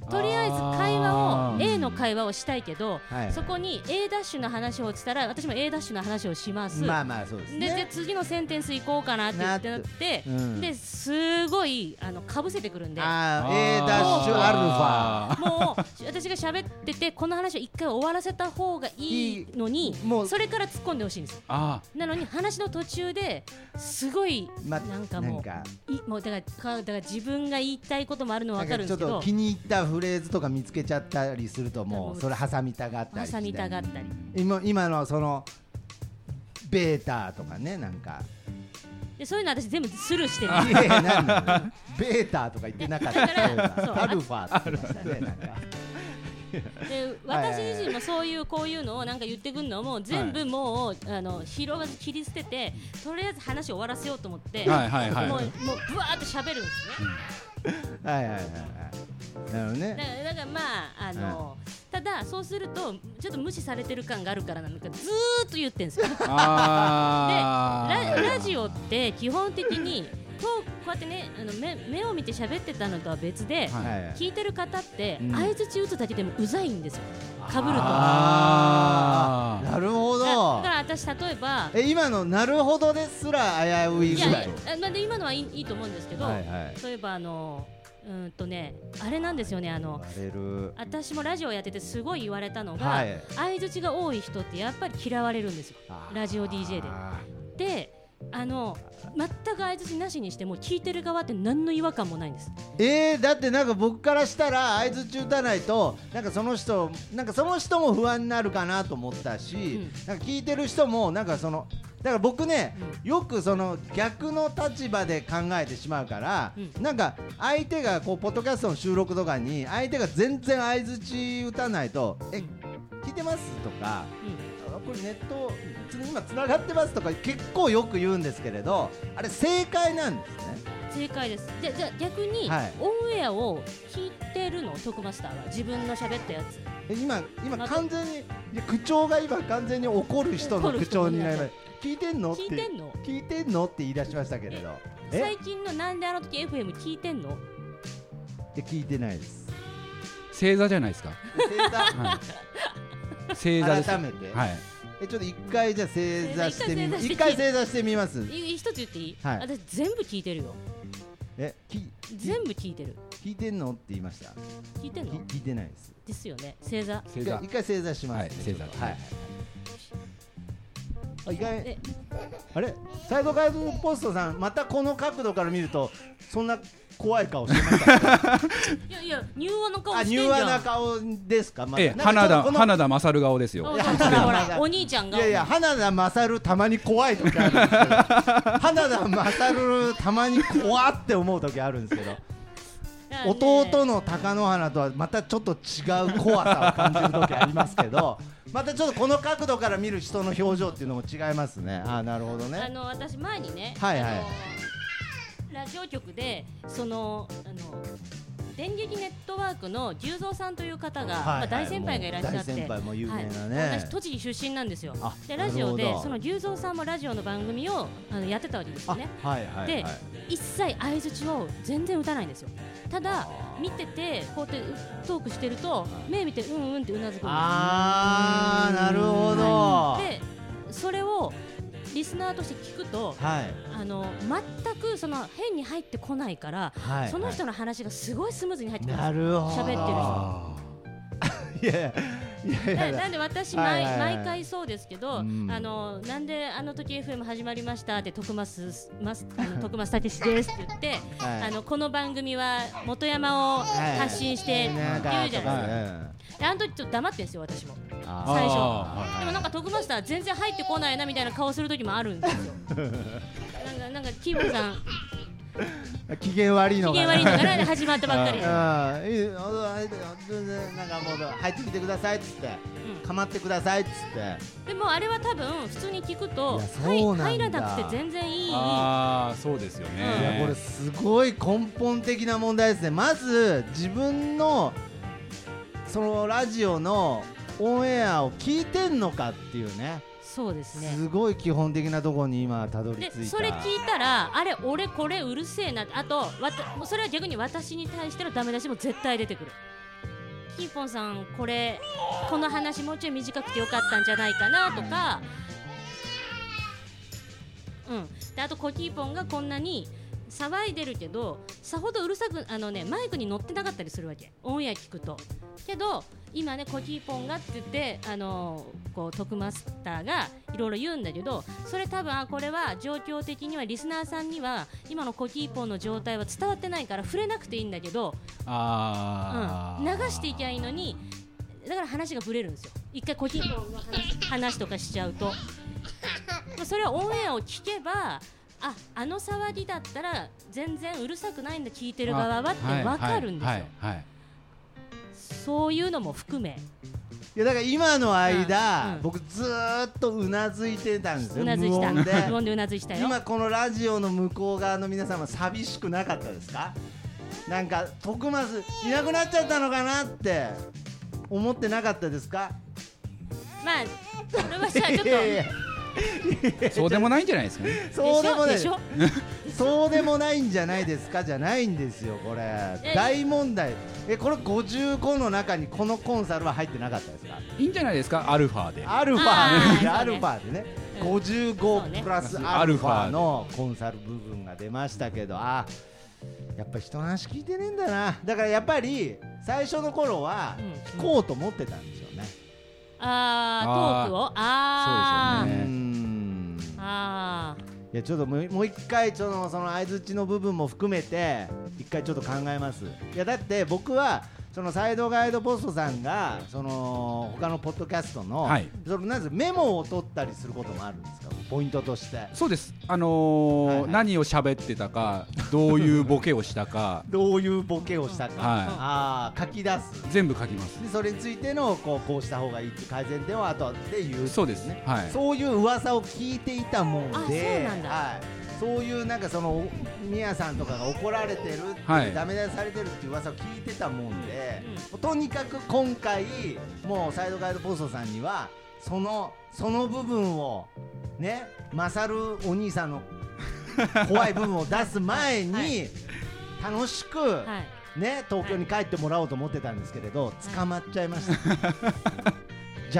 S3: とりあえず会話
S4: あ
S3: を
S4: ー
S3: A の会話をしたいけど
S2: はい
S3: そこに A ダッシュの話をしたら私も A ダッシュの話をします、
S2: まあまあそうです
S3: でじゃあ
S2: ね。
S3: 次のセンテンス行こうかなって言ってなって
S2: うん
S3: ですごいあのかぶせてくるんで
S2: ああ A ダッシュア
S4: ルフ
S3: もう私が喋っててこの話を一回終わらせた方がいいのに
S2: ルファ もう
S3: それから突っ込んでほしいんです
S4: あ
S3: なのに話の途中ですごい
S2: ま
S3: なんか
S2: な
S3: も
S2: ん
S3: う
S2: か
S3: いもうだからかだから自分が言いたいこともあるの
S2: な
S3: はわ
S2: ん
S3: か
S2: か
S3: るん
S2: ち
S3: で
S2: ょっ
S3: すけど
S2: と気に入ったフレーズとか見つけちゃったりするとも
S3: も
S2: う
S3: う
S2: それ挟みたがったりして
S3: 挟みたがったり
S2: 今今のそのベータとかねなんか
S3: でそういうの私全部スルーしてる
S2: いやいや 何なのベータとか言ってなかった
S3: だから
S2: そういえ
S3: そう
S2: ばアルファって言いましたねなんか
S3: で
S2: はいはい
S3: 私自身もそういうこういうのをなんか言ってくるのをもう全部もう、あの拾わず切り捨ててとりあえず話終わらせようと思って、
S4: あはいはいはい
S3: もうもうぶわーっと喋るんですね。
S2: はいはいはいはいなるほど
S3: だか
S2: ね
S3: らだからまああの、ただそうするとちょっと無視されてる感があるからなのかずーっと言ってんですよ。
S4: あ
S3: ラ
S4: ー
S3: ラジオって基本的にトークこうやってねあの目目を見て喋ってたのとは別で、
S4: はい
S2: はいはい
S3: 聞いてる方って
S2: うん
S3: 相槌打つだけでもうざいんですよ。かぶると。
S2: あ
S4: あ
S2: ーなるほ
S3: だ
S2: ど
S3: だから私例えば
S2: え今のなるほどですら危うい
S3: い
S2: ぐ
S3: や
S2: らい
S3: あまあ、で今のはいいいいと思うんですけど、
S2: はいはい
S3: 例えばあのうーんとねあれなんですよねあの
S2: 割れる
S3: 私もラジオやっててすごい言われたのが、
S2: はい
S3: 相槌が多い人ってやっぱり嫌われるんですよ
S2: あー
S3: ラジオ DJ でであの全く相槌なしにしても聞いてる側って何の違和感もないんです
S2: えー、だってなんか僕からしたら相槌打たないとなんかその人なんかその人も不安になるかなと思ったし、
S3: ん
S2: なんか聞いてる人もなんかそのだから僕ね、よくその逆の立場で考えてしまうから、
S3: う
S2: なんか相手がこうポッドキャストの収録とかに相手が全然相槌打たないと「え聞いてます?」とかあこれネットつ今つながってますとか結構よく言うんですけれどあれ正解なんですね
S3: 正解ですでじゃあ逆に、
S2: はい
S3: オンエアを聞いてるのトークマスターは自分の喋ったやつ
S2: え今今
S3: また
S2: 完全にいや口調が今完全に怒る人の
S3: 怒る
S2: 口
S3: 人
S2: 調
S3: に
S2: にな
S3: なっ
S2: り
S3: ちゃ
S2: ま
S3: う
S2: した聞いてんのって
S3: 聞いてんの
S2: 聞いてんのって言い出しましたけれどえ
S3: 最近の「なんであの時 FM 聞いてんの?」
S2: え聞いてないです
S4: 正座じゃないですか
S2: 正座
S4: はい正座です
S2: 改めて、
S4: はい
S2: えちょっと一回じゃあ正座してみます一
S3: 一
S2: 回
S3: 回
S2: 正座してみます
S3: い一つ言っていい、
S2: はい
S3: 私全部聞いてるよ
S2: えき
S3: 全部聞いてる
S2: 聞いてんのって言いました
S3: 聞いてん
S2: き
S3: の
S2: 聞いてないです
S3: ですよね正座
S4: 正座
S2: 一回一回正座します、
S4: はい正座
S2: ちょっとはいあ意外
S3: え
S2: あれサイドガイドポストさんまたこの角度から見るとそんな怖い顔してました
S3: いやいや柔和の顔
S2: あ、
S3: してん
S2: 柔
S3: じゃん
S2: 和な顔ですか。ま
S4: ええ
S2: なんか
S4: 花田
S2: この
S4: 花田勝顔です
S3: ほ
S4: よ
S3: ら
S2: いや
S3: ほらほ
S2: いや
S3: らお兄ちゃん
S2: い
S3: が
S2: やいや、花田勝るたまに怖い時あるんですけど。 花田勝るたまに怖って思う時あるんですけど。
S3: あね
S2: 弟の貴乃花とはまたちょっと違う怖さを感じる時ありますけど。またちょっとこの角度から見る人の表情っていうのも違いますね。あ、なるほど
S3: あ
S2: ね。
S3: の私前にね
S2: はいはい
S3: あのラジオ局でそのあの電撃ネットワークの牛蔵さんという方が、まあ、大先輩がいらっしゃ
S2: もう大
S3: って
S2: 先輩も有名なね。
S3: 私栃木出身なんですよ
S2: あ
S3: でラジオ
S2: なる
S3: で
S2: ほど
S3: その牛蔵さんもラジオの番組をあのやってたわけですよね
S2: あ、はいはい、はい
S3: で。一切相槌を全然打たないんですよただ見ててこうやってうトークしてると目見てうんうんってうなずくんです
S2: あー、なるほど。
S3: でそれをリスナーとして聞くと
S2: はい。
S3: あの全くその変に入ってこないから、
S2: はい。
S3: その人の話がすごいスムーズに入ってくるんです
S2: なるほど
S3: 喋ってる人
S4: あ
S2: いやいやいや
S3: ないな
S2: や
S3: んで私
S2: は
S3: 毎,、
S2: いはいはい
S3: 毎回そうですけど、
S2: うん
S3: あのなんであの時 FM 始まりましたって徳松ますあの徳松たけしですって言って、
S2: はい
S3: あのこの番組は元山を
S2: はい
S3: 発信してって言うじゃないですか、
S2: はい
S3: であの時ちょっと黙ってんですよ私も
S2: あ
S3: 最初
S4: あー
S3: でもなんか徳マスター全然入ってこないなみたいな顔する時もあるんですよなんかなんかキーボーさん
S2: 機嫌悪い
S3: 機
S2: のか
S3: 嫌
S2: な
S3: 悪いのからで始まったばっかりで
S2: あいいよあいいよ全然なんかもう入ってきてくださいっつって
S3: うん
S2: かまってくださいっつって
S3: でもあれは多分普通に聞くと
S2: いや
S3: はい
S2: そうなんだ
S3: 入らなくて全然いい
S4: あーそうですよ
S2: いや
S4: ね
S2: これすごい根本的な問題ですねまず自分のそのラジオのオンエアを聞いてんのかっていうね
S3: そうですね
S2: すごい基本的なところに今たどり着い
S3: で
S2: た
S3: それ聞いたらあれ俺これうるせえなあとわたそれは逆に私に対してのダメ出しも絶対出てくるキーポンさんこれこの話もうちょい短くてよかったんじゃないかなとか、うん、であとコキーポンがこんなに騒いでるけどさほどうるさくあの、ね、マイクに乗ってなかったりするわけオンエア聞くとけど今ねコキーポンがって言ってあのこう徳マスターがいろいろ言うんだけどそれ多分あこれは状況的にはリスナーさんには今のコキーポンの状態は伝わってないから触れなくていいんだけど
S4: あ
S3: うん、
S4: ー、
S3: 流していきゃいいのにだから話がぶれるんですよ一回コキンポンの話話とかしちゃうとまあそれはオンエアを聞けばああの騒ぎだったら全然うるさくないんだ聞いてる側はって
S4: はい
S3: 分かるんですよ、
S4: はいはいはい
S3: そういうのも含め
S2: いやだから今の間、
S3: うんうん
S2: 僕ずーっとうなずいてたんですよ
S3: うなずいた
S2: 無音で
S3: 無音でうなずいたよ
S2: 今このラジオの向こう側の皆様寂しくなかったですかなんか徳松いなくなっちゃったのかなって思ってなかったですか
S3: まあそれはさちょっと
S2: いやいやいや
S4: そうでもないんじゃないですか ね
S2: そうでもな
S3: で
S2: い
S3: しょ
S2: そうでもないんじゃないですかじゃないんですよこれ
S3: え
S2: 大問題えこれ55の中にこのコンサルは入ってなかったですか
S4: いいんじゃないですかアルファで
S2: アルフ
S3: あ
S2: ァ
S3: ー
S2: アルファでね
S3: うんそう
S2: 55
S3: ね
S2: プラスアルファのコンサル部分が出ましたけどあやっぱ人の話聞いてねえんだなだからやっぱり最初の頃は
S3: うん
S2: 聞こうと思ってたんですよね
S3: あートークをあ
S4: そう
S3: ー
S4: ですよね
S2: うん
S3: あ
S2: いやちょっともうもう一回ちょっとその相づちの部分も含めて一回ちょっと考えますいやだって僕はそのサイドガイドポストさんがその他のポッドキャストの,、
S4: はい
S2: そのなんせメモを取ったりすることもあるんですかポイントとして
S4: そうですあの
S2: は
S4: ー
S2: いはい
S4: 何を喋ってたかどういうボケをした か
S2: どういうボケをしたか、
S4: はい
S2: ああ書き出す
S4: 全部書きます
S2: でそれについてのこうこうした方がいいっていう改善点を後で言う
S4: そうですねはい
S2: そういう噂を聞いていたもんで
S3: あそうなんだ
S2: はい、そういうなんかそのみやさんとかが怒られてるっていう、
S4: はい
S2: ダメ出しされてるっていう噂を聞いてたもんで
S3: うんうん、
S2: もうとにかく今回もうサイドガイドポストさんにはそのその部分をね勝るお兄さん の怖い部分を出す前に、
S3: は
S2: 楽しく、
S3: ーはい
S2: ね、東京に帰ってもらおうと思ってたんですけれど、捕まっちゃいま した。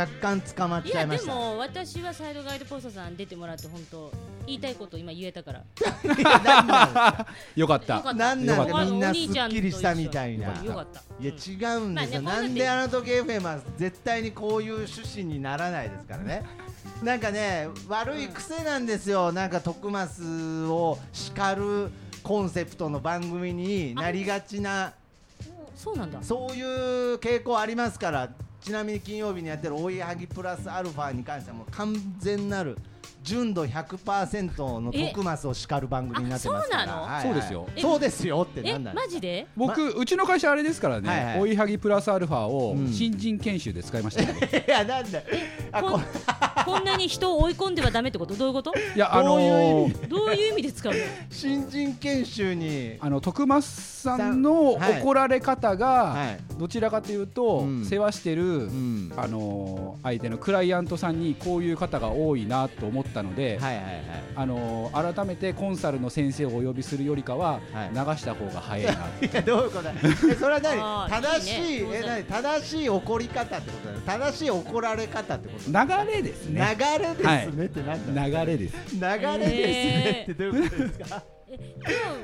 S2: 若干捕まっ
S3: い
S2: ちゃ
S3: や
S2: いま
S3: で
S2: した。
S3: も私はサイドガイドポストさん出てもらって本当言いたいこと今言えたから
S2: いやなんなんですか
S4: よかった
S3: よかった
S2: なんなんで
S3: よかった
S2: みんな
S3: お
S2: す
S3: 兄ちゃ
S2: っ
S3: んと
S2: きりしたみたいな。
S4: 一緒
S3: よかった
S2: いや
S3: うん
S2: 違うんですよ、
S3: まあね
S2: なんであの時 FM は絶対にこういう趣旨にならないですからねなんかね悪い癖なんですよ、なんか徳スを叱るコンセプトの番組になりがちな
S3: そうなんだ
S2: そういう傾向ありますからちなみに金曜日にやってる「追いはぎプラスアルファ」に関してはもう完全なる純度100%の
S3: え
S2: 徳マスを叱る番組になってますから
S3: あそうなの
S2: はいはい
S4: そうですよ
S3: え
S2: そうですよって
S3: え
S2: 何なん
S3: マジで
S4: 僕、うちの会社あれですからね、
S2: はいはい
S4: 追いはぎプラスアルファを
S2: うん
S4: 新人研修で使いましたけど、
S2: いやなんだあ
S3: こ
S2: こ
S3: ん こんなに人を追い込んではダメってことどういうこと
S4: いやあ
S2: どういう
S4: の
S2: 意
S4: ー、
S3: どういう意味で使うの
S2: 新人研修に
S4: あの徳松さんの
S2: さんはい
S4: 怒られ方が、
S2: はい
S4: どちらかというと、
S2: うん
S4: 世話してる、
S2: んは
S4: あのー相手のクライアントさんにこういう方が多いなと思ったので、
S2: いはいはい
S4: あのー改めてコンサルの先生をお呼びするよりかは、
S2: はい
S4: 流した方が早いな
S2: いやどういう ことだえそれは何
S3: あー
S2: 正しい
S3: いいね
S2: え何正しい怒り方ってことだよ正しい怒られ方ってこと
S4: 流れです
S2: 流
S4: ね
S2: れです
S4: はい
S2: ねってなんだ、
S4: 流れです
S2: 流れですねってどういうことですか、
S3: えで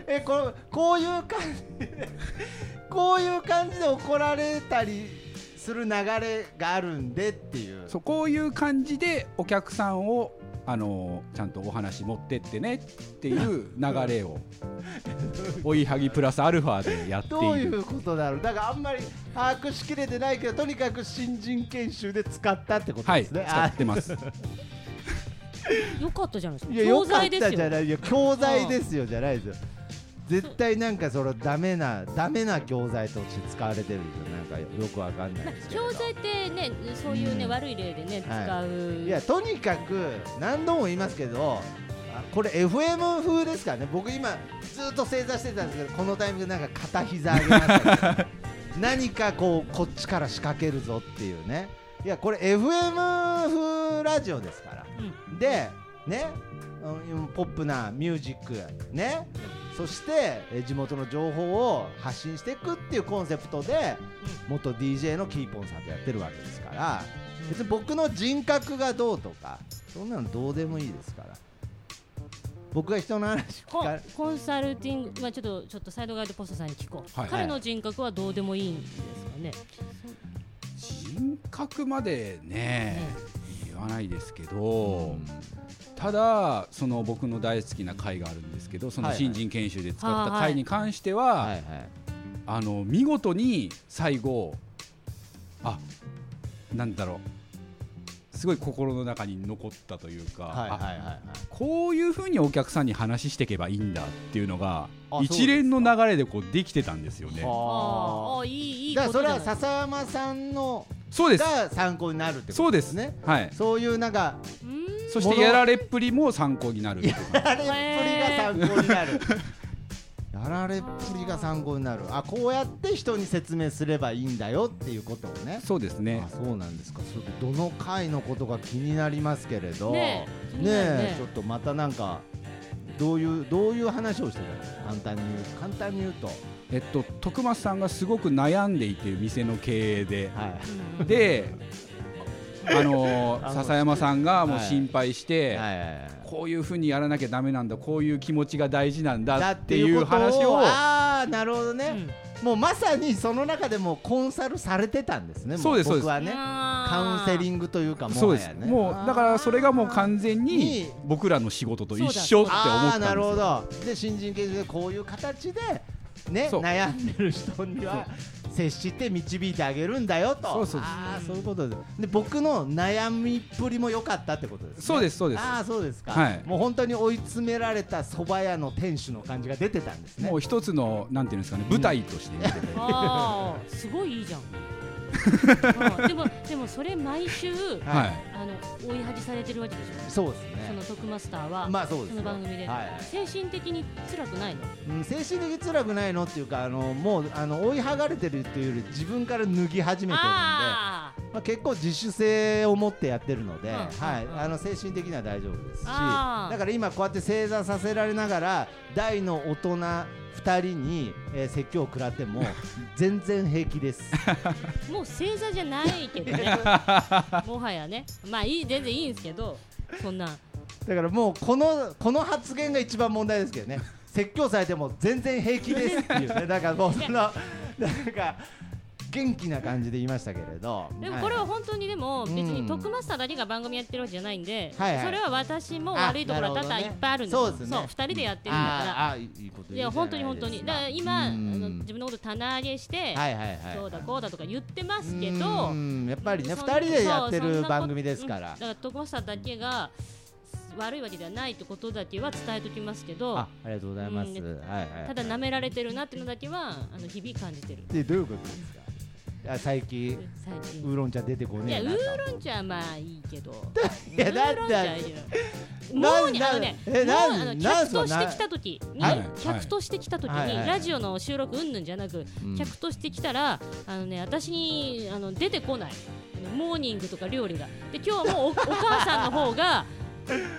S2: えここういう感じでこういう感じで怒られたりする流れがあるんでっていう
S4: そうこういう感じでお客さんをあのーちゃんとお話持ってってねっ ていう流れを追いはぎプラスアルファでやって
S2: どう
S4: い
S2: い
S4: る
S2: うことだろうだからあんまり把握しきれてないけどとにかく新人研修で使ったってこと
S4: は
S2: で
S4: い
S2: すね、
S4: 使ってます
S3: もよかったじゃない
S2: い
S3: で
S2: やよ
S3: すか教
S2: か
S3: 材
S2: っ
S3: で
S2: た
S3: す
S2: じゃ
S3: よ
S2: ないいや教材ですよじゃないですよ絶対なんかそのダメなダメな教材として使われてるんですよなんかよくわかんないですけれど
S3: 教材ってねそういうね、
S2: うん
S3: 悪い例でね
S2: はい
S3: 使う、
S2: いやとにかく何度も言いますけどあこれ FM 風ですからね僕今ずっと正座してたんですけどこのタイミングでなんか片膝上げました けど何かこうこっちから仕掛けるぞっていうねいやこれ FM 風ラジオですから
S3: うん
S2: でねうんポップなミュージックねそしてえ地元の情報を発信していくっっていうコンセプトで元 DJ のキーポンさんとやってるわけですから別に僕の人格がどうとかそんなのどうでもいいですから僕が人の話聞
S3: コ
S2: か
S3: ンコンサルティング、まあ、ちょっとちょっとサイドガイドポストさんに聞こう、
S4: はい
S3: 彼の人格はどうでもいいんですかね、
S4: 人格までね言わないですけど、
S2: うん
S4: ただその僕の大好きな会があるんですけどその
S2: はいはい
S4: 新人研修で使った
S3: あーはい
S4: 会に関しては、
S2: はいはい
S4: あの見事に最後あなんだろうすごい心の中に残ったというか、
S2: はいはいはい
S4: あ
S2: はい
S4: こういうふうにお客さんに話していけばいいんだっていうのが
S2: あそうですか
S4: 一連の流れでこうできてたんですよね。
S3: あーあーいいいいこ
S2: だから
S3: と
S2: それは
S3: じゃない
S2: 笹山さんの
S4: そうです
S2: が参考になるってこと
S4: そうです
S2: ね
S4: はい、
S2: そういうなんか
S3: うーん
S4: そしてやられっぷりも参考になるっていう
S2: やられっぷりが参考にな るやられっぷりが参考になるあこうやって人に説明すればいいんだよっていうことをね
S4: そうですね
S2: あそうなんですかそれどの回のことが気になりますけれど
S3: ねえ気になるね
S2: ねえちょっとまたなんかどういうどういう話をしてたんですか簡単に言う簡単に言うと、
S4: えっと徳松さんがすごく悩んでいて店の経営で、
S2: は
S3: うんうん
S4: であの
S2: あの
S4: 笹山さんがもう
S2: はい
S4: 心配し
S2: い、
S4: て、
S2: はいはいはい
S4: こういうふうにやらなきゃダメなんだこういう気持ちが大事なんだ
S2: だっ
S4: って
S2: て
S4: い
S2: いう
S4: う
S2: 話
S4: 話
S2: を
S4: を
S2: ああなるほど
S3: う
S2: ね、
S3: ん
S2: もうまさにその中でもうコンサルされてたんですねも
S4: そうです
S2: 僕はねカ
S3: カ
S2: ウンセリ
S3: グ
S2: ングというか
S4: そ
S2: も
S4: う
S2: は
S4: です
S2: やね
S4: もうだからそれがもう完全
S2: に
S4: に僕らの仕事と一緒って思
S2: あ
S4: っ
S2: あー
S4: たんです
S2: なるほ
S4: よ
S2: どで新人研修でこういう形でね
S4: そう
S2: 悩んでる人には接して導いてあげるんだよと
S4: そうそう
S2: ああそういうことですで僕の悩みっぷりも良かったってことです、ね、
S4: そうですそうです
S2: ああそうですか、
S4: はい
S2: もう本当に追い詰められた蕎麦屋の店主の感じが出てたんですね
S4: もう一つのなんていうんですかね舞台として見てて
S3: ああすごいい いじゃんうんでもでもそれ毎週
S2: は
S4: はいい
S3: あの追い恥されてるわけでしょ
S2: そうです
S3: その
S2: ね
S3: 徳マスターは、
S2: まあそうです
S3: そ
S2: よ
S3: の番組で、
S2: はいはい
S3: 精神的に辛くないの
S2: うん、精神的に辛くないのっていうかあのもうあの追い剥がれてるっていうより自分から脱ぎ始めてるんで
S3: あー
S2: まあ、結構自主性を持ってやってるので、
S3: うん
S2: はい
S3: うん
S2: あの精神的には大丈夫ですしだ
S3: あー
S2: から今こうやって正座させられながら大の大人2人に、えー説教を食らって も全然平気です。
S3: もう正座じゃないけど ねもはやねまあいい全然いいんですけどそんな
S2: だからもうこのこの発言が一番問題ですけどね説教されても全然平気ですって いうねだからもうそのなんか元気な感じで言いましたけれど
S3: でもこれは本当にでも
S2: う
S3: 別
S2: ん
S3: に徳マスターだけが番組やってるわけじゃないんで、
S2: はいはい
S3: それは私も悪いところは多々いっぱいあるんですよ
S2: あなるほどねそうですね
S3: 2人でやってるんだから
S2: あーあーいいこと
S3: い
S2: 言
S3: や
S2: うじゃ
S3: 本
S2: な
S3: 当
S2: い
S3: に本当にだから
S2: です
S3: 今あ
S2: うん
S3: の自分のこと棚上げして、
S2: はいはいはい
S3: どうだこうだとか言ってますけ
S2: う
S3: ど
S2: んやっぱりね
S3: そ
S2: 2
S3: ん
S2: 人でやって
S3: そうそん
S2: る
S3: なこと
S2: 番組ですから
S3: うんだから徳マスターだけが悪いわけではないってことだけは伝えときますけど
S2: あありがとうございます、
S3: うん
S2: はいはい
S3: ただ舐められてるなっていうのだけはあの日々感じてる
S2: でどういうことですかあ最近
S3: 最近
S2: ウーロン茶出てこ
S3: い
S2: ね
S3: や
S2: え
S3: ウ
S2: な
S3: ー
S2: と
S3: ロン茶はまあいいけど
S2: いやだって
S3: ウーロン茶はいいけど
S2: な
S3: 脳に
S2: な
S3: あのね
S2: え
S3: 脳
S2: なん
S3: あ
S2: な
S3: の
S2: ん
S3: 客としてきた時に
S2: はい
S3: 客としてきた時
S2: はいはい
S3: にラジオの収録うんぬんじゃなく
S2: うん
S3: 客としてきたらあのね私にあの出てこないあのモーニングとか料理がで今日はも うおお母さんの方が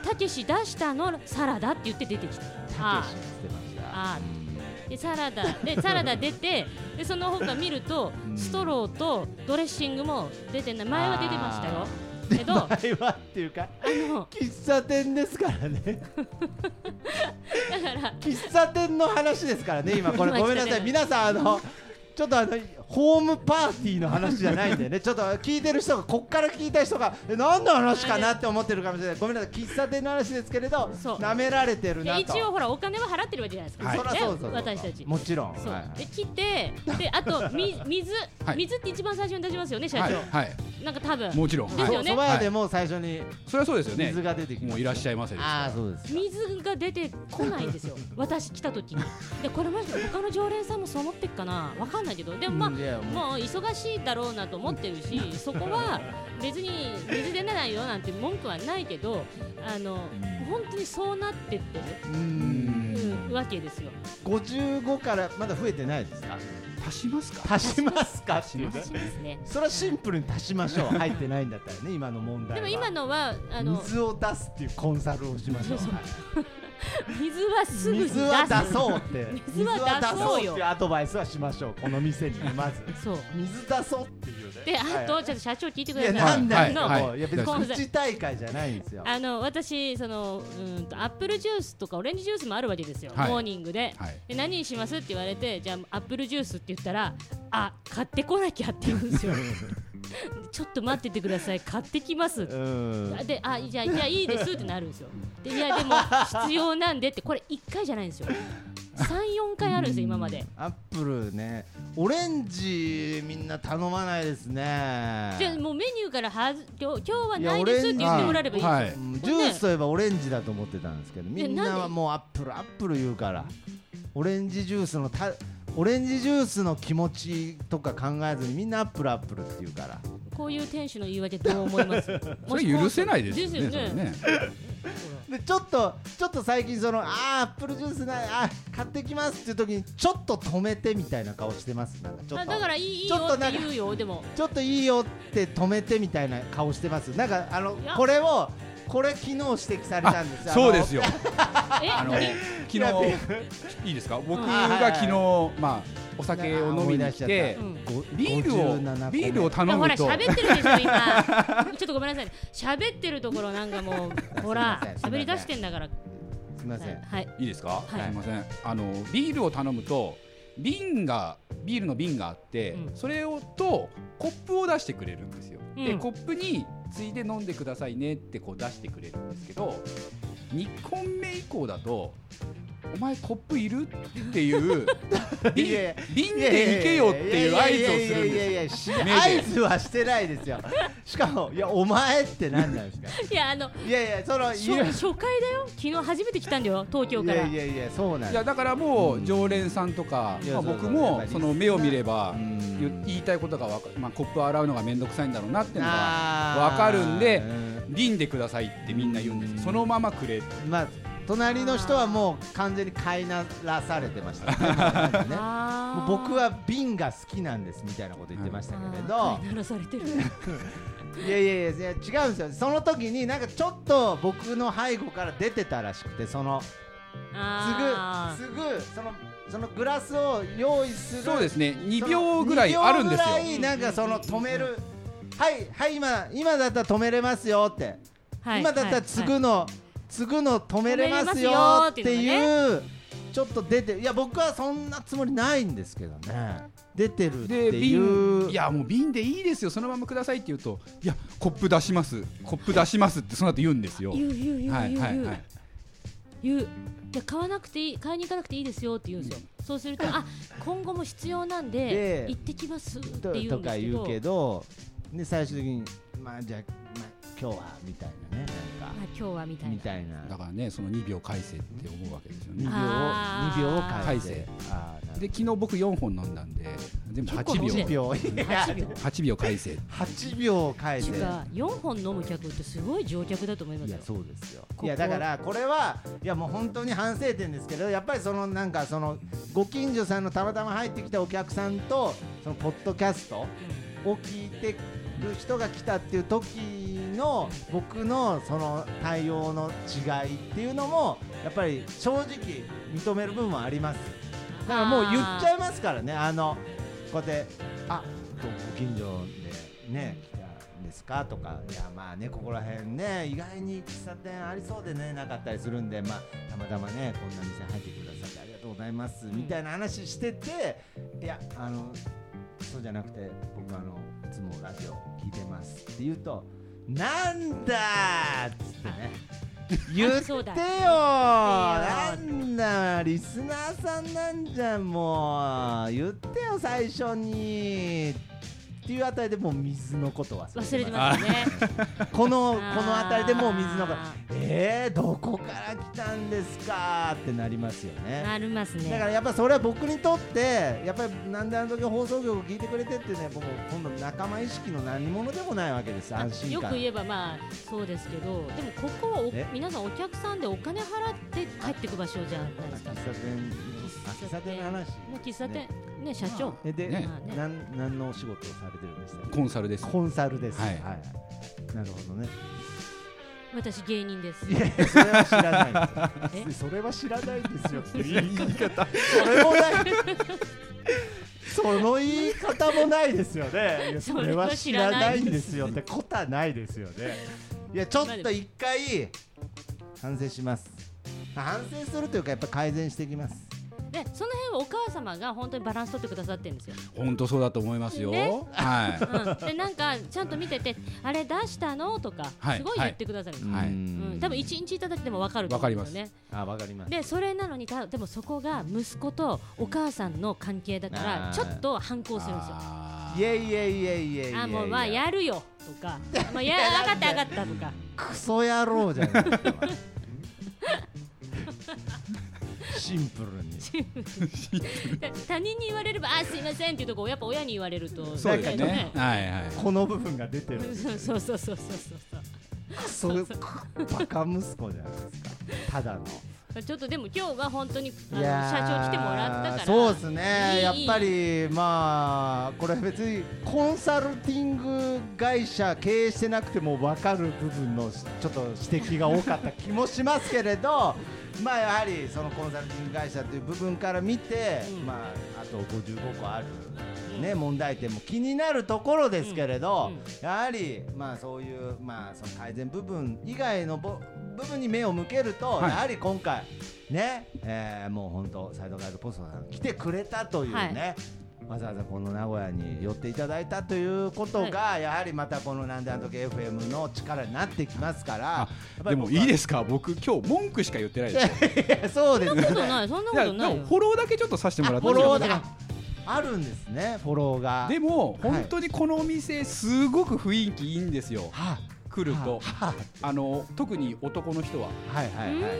S3: たけし出したのサラダって言って出てきた
S2: た
S3: あ
S2: けしってました
S3: あでサラダでサラダ出てでその他見ると
S2: うん
S3: ストローとドレッシングも出てない前は出てましたよけ どあ
S2: 会話っていうか
S3: の
S2: 喫茶店ですからね
S3: だから
S2: 喫茶店の話ですからね今これ
S3: まあ
S2: ごめんなさい
S3: 汚い
S2: 皆さんあのちょっとあのホームパーティーの話じゃないん でねちょっと聞いてる人がこっから聞いた人がえ何の話かなって思ってるかもしれないごめんなさい喫茶店の話ですけれど
S3: そう
S2: なめられてるな
S3: で
S2: と
S3: 一応ほらお金は払ってるわけじゃないですか、
S2: そら
S3: ね
S2: そうそうそう
S3: 私たち
S2: もちろん
S3: そう、
S2: はいはい
S3: で来てであとみ 水、
S4: はい
S3: 水って一番最初に出しますよね社
S4: はい、
S3: 長、
S4: はい、
S3: なんか多分
S4: もちろ
S3: で
S4: ん、
S3: す
S4: は
S3: よ
S4: い、
S2: そ
S3: ね
S2: ば屋でも最初に
S4: それはそうですよね
S2: 水が出てきます
S4: もういらっしゃいませです
S2: ああそうです
S3: 水が出てこないんで すよ私来た時にでこれもしかして他の常連さんもそう思ってっかなわかんないけどでもまあ、
S2: うんいやもう
S3: もう忙しいだろうなと思ってるしそこは別に水出ないよなんて文句はないけどあの本当にそうなってって
S2: う
S4: うんん
S3: るわけですよ
S2: 55からまだ増えてないですか
S4: 足しますか
S2: 足しますかっていう
S3: しますね
S2: それはシンプルに足しましょう入ってないんだったらね今の問題は
S3: でも今のはあの
S2: 水を出すっていうコンサルをしましょう
S3: そうそう
S2: はい
S3: 水はすぐに出す
S2: 水は出そうって
S3: 水は出そう
S2: 水っ
S3: よ
S2: ていうアドバイスはしましょうこの店にまず
S3: そう
S2: 水出そうっていうね
S3: であと
S2: はい
S3: ちょっと社長聞いてく
S2: い
S3: だ
S2: や
S3: さい
S2: なんだよ、
S4: はい
S2: もういや別に
S3: はい
S2: 告知大会じゃないんですよ
S3: あの私そのうーんとアップルジュースとかオレンジジュースもあるわけですよ、
S4: はい
S3: モーニングで,、
S4: はい
S3: で何にしますって言われてじゃあアップルジュースって言ったらあ買ってこなきゃって言うんですよちょっと待っててください買ってきますって
S2: うん
S3: であじゃあいやいいですってなるんですよでいやでも必要なんでってこれ1回じゃないんですよ34回あるんですよ今まで
S2: アップルねオレンジみんな頼まないですね
S3: じゃあもうメニューからはず今日今日はい
S2: や
S3: ないですって言ってもらえればいいんですよ、
S4: はい
S2: うんジュースといえばオレンジだと思ってたんですけどみん
S3: なん
S2: な
S3: で
S2: はもうアップルアップル言うからオレンジジュースのたオレンジジュースの気持ちとか考えずにみんなアップルアップルって言うから
S3: こういう店主の言い訳どう思います
S4: それ許せないですよね
S3: ですよね
S4: それね
S2: でちょっとちょっと最近そのあーアップルジュースないあー買ってきますっていう時にちょっと止めてみたいな顔してますなんかちょっ
S3: あ
S2: と
S3: だからいいいい
S2: ち
S3: よ
S2: ょっと
S3: っ
S2: な
S3: て
S2: んか
S3: 言うよでも
S2: ちょっといいよって止めてみたいな顔してますなんかあの
S3: いや
S2: これをこれ昨日指摘された
S4: あ
S2: んですよ
S4: そうです
S2: よ
S4: よ
S3: え
S4: あの
S3: 何
S4: 昨日
S2: いや
S4: いいですか僕
S2: あはいは
S4: が
S2: い
S4: 昨日まあお酒を飲みに来て
S3: うん
S4: ビールをビールを頼
S3: いやほ
S4: む
S3: ら
S4: と
S3: 喋ってるでしょ今ちょっとごめんなさいね喋ってるところなんかもうほら
S2: すいません
S3: 喋り出してんだから
S2: すみません
S3: はい
S4: いいですか、
S3: はい
S4: すみませんあのビールを頼むと瓶がビールの瓶があって、
S3: うん
S4: それをとコップを出してくれるんですよ、
S3: うん
S4: でコップについで飲んでくださいねってこう出してくれるんですけど2本目以降だと「お前コップいる?」って いう「瓶
S2: いやいや
S4: 瓶で行けよ」っていう合図をするん
S2: いやいやいやいや
S4: で
S2: いやし
S4: 目で
S2: 合図はしてないですよしかもいやお前って何なんですか
S3: いやあの
S2: いやいやそのい
S3: 初
S2: や
S3: 初回だよ昨日初めて来たんだよ東京
S2: い
S3: から
S2: やいやいやそうなんで
S4: すいや
S2: す
S4: だからもう常連さんとか、
S2: いや
S4: まあ、
S2: そうそう
S4: 僕
S2: やっぱ
S4: も
S2: り
S4: その目を見れば
S2: うん
S4: 言言いたいことがわか、まあ、コップを洗うのが面倒くさいんだろうなっていうのは
S2: あー
S4: わかるんで
S2: う
S4: 瓶でくださいってみんな言うんですよそのままくれ
S2: んまあ隣の人はもう完全に飼いならされてましたねねも
S3: あ
S2: う
S3: ー
S2: 僕は瓶が好きなんですみたいなこと言ってましたけれど
S3: あー鳴らされ てる
S2: いやいやいやいや違うんですよその時になんかちょっと僕の背後から出てたらしくてその
S3: あ
S2: すぐすぐそのそのグラスを用意する
S4: そうですね2
S2: その
S4: 秒ぐらいあるんです
S2: 2秒ぐら
S4: よ
S2: いなんかその止めるはいはい今今だったら止めれますよって、
S3: ーはい
S2: 今だったら継ぐの、継ぐの止めれますよって
S3: 止めれ
S2: いうちょっと出ていや僕はそんなつもりないんですけどね出てるって
S4: で
S2: いう
S4: 瓶いやもう瓶でいいですよそのままくださいって言うといやコップ出しますコップ出しますってその後言うんですよ
S3: 言う言う言う
S4: はい
S3: 言う
S4: はい
S3: 言
S4: は
S3: う
S4: い
S3: 言ういや買わなくていい買いに行かなくていいですよって言うんですよ、そうするとあ今後も必要なんで
S2: で
S3: 行ってきますって
S2: と
S3: 言う
S2: と
S3: んで
S2: か
S3: すけ
S2: 言
S3: ど
S2: うけどで最終的にまあじゃあ、まあ、今日はみたいなねなん
S3: まあ
S2: か、
S3: 今日はみたいな
S2: みたいな
S4: だからねその2秒返せって思うわけですよ
S2: 2
S4: ね
S2: 秒
S3: あー
S2: 2秒を返せ
S4: 返せ
S2: あーなるほど
S4: で昨日僕4本飲んだんで全部
S3: 結構飲ん
S4: 8
S3: で
S4: 秒
S3: る
S2: 秒
S3: 8秒
S4: 8秒返せ
S2: 8秒返
S3: て
S2: せ
S3: いうか4本飲む客ってすごい乗客だと思いま
S2: い
S3: す
S2: や
S3: よ
S2: そうですよ
S3: ここ
S2: いやだからこれはいやもう本当に反省点ですけどやっぱりそのなんかそのご近所さんのたまたま入ってきたお客さんとそのポッドキャストを聞いてる人が来たっていう時の僕のその対応の違いっていうのもやっぱり正直認める部分はありますだからもう言っちゃいますからねあのこうやって「あご近所でね来たんですか?」とか「いやまあねここら辺ね意外に喫茶店ありそうでねなかったりするんでまあたまたまねこんな店入ってくださってありがとうございます」みたいな話してて「いやあのそうじゃなくて僕あのいつもラジオ聞いてます」って言うと「なんだ!」っつって ね言って
S3: そう
S2: よ
S3: だ
S2: なんだリスナーさんなんじゃんもう言ってよ最初にっていうあたりでもう水のことは
S3: 忘れてますよね
S2: このこ
S3: あー
S2: のあたりでもう水のことえー、どこから来たんですかってなりますよね
S3: なります
S2: だか
S3: ね
S2: らやっぱそれは僕にとってやっぱりなんであの時放送局を聞いてくれてってね僕今度仲間意識の何者でもないわけです安心
S3: よく
S2: 感
S3: 言えばまあそうですけどでもここはお
S2: え
S3: 皆さんお客さんでお金払って帰ってく場所じゃないですか
S2: 喫茶店あ喫茶店の話
S3: もう喫茶店ね社長
S2: えで、
S4: ね
S3: まあね
S2: なんなんのお仕事をされてるんですか
S4: コンサルです
S2: コンサルです
S4: はい
S2: なるほどね
S3: 私芸人です
S2: いやそれは知らないです
S3: え
S1: それは知らないですよっていう言い方
S2: それもない
S1: その言い方もないですよねいやそれは知らないんですよってことはないですよね
S2: いやちょっと一回反省します反省するというかやっぱ改善していきます
S3: でその辺はお母様が本当にバランス取ってくださってるんですよ、
S4: 本当そうだと思いますよ。
S3: ね
S4: はい。
S3: うん、でなんかちゃんと見ててあれ出したのとか
S4: はい
S3: すごい言ってくださるんですよ、
S4: はいう
S3: うん
S2: ん
S3: 多分一日いただいても分かると思うんですよね
S2: あわかります
S3: でそれなのにたでもそこが息子とお母さんの関係だから
S2: あー
S3: ちょっと反抗するんですよ
S4: あー
S2: いえいえいえいえいえいえ
S3: あーもうまあやるよとか もうや分かった分かったとか
S2: クソ野郎じゃないですかシンプルに
S3: で他人に言われればあーすいませんっていうとこやっぱ親に言われると
S4: そうですね。はいはい。
S1: この部分が出てる
S3: ねそうそうそうそうそう
S2: クソバカ息子じゃないですかただの
S3: そうちょっとでも今日は本当にあの
S2: いや
S3: 社
S2: ー
S3: 長来てもらったから
S2: そうですね
S3: いい
S2: やっぱりまあこれ別にコンサルティング会社経営してなくても分かる部分のちょっと指摘が多かった気もしますけれどまあやはりそのコンサルティング会社という部分から見て、
S3: うん
S2: まああと55個ある。ね、問題点も気になるところですけれど、
S3: うんうん
S2: やはり、まあ、そういう、まあ、その改善部分以外のぼ部分に目を向けると、
S4: はい
S2: やはり今回ね、えーもう本当サイドガイドポストさん来てくれたというね、
S3: はい
S2: わざわざこの名古屋に寄っていただいたということが、やはりまたこの「なんであの時 FM」の力になってきますから
S4: あでもいいですか。僕今日文句しか言ってないですよ。
S2: す そうですね
S3: そんなことないそんなこ
S4: いやで
S3: と
S4: も
S3: ないよ
S4: フォローだけちょっとさせてもらって
S2: フ
S4: い
S2: ォ
S4: いですか
S2: ローだあるんですねフォローが
S4: で
S2: も
S4: も
S2: はい
S4: 本当にこのお店すごく雰囲気いいんですよ。
S2: は
S4: 来ると
S2: は
S4: あの特に男の人は
S2: はいはいはいはいはい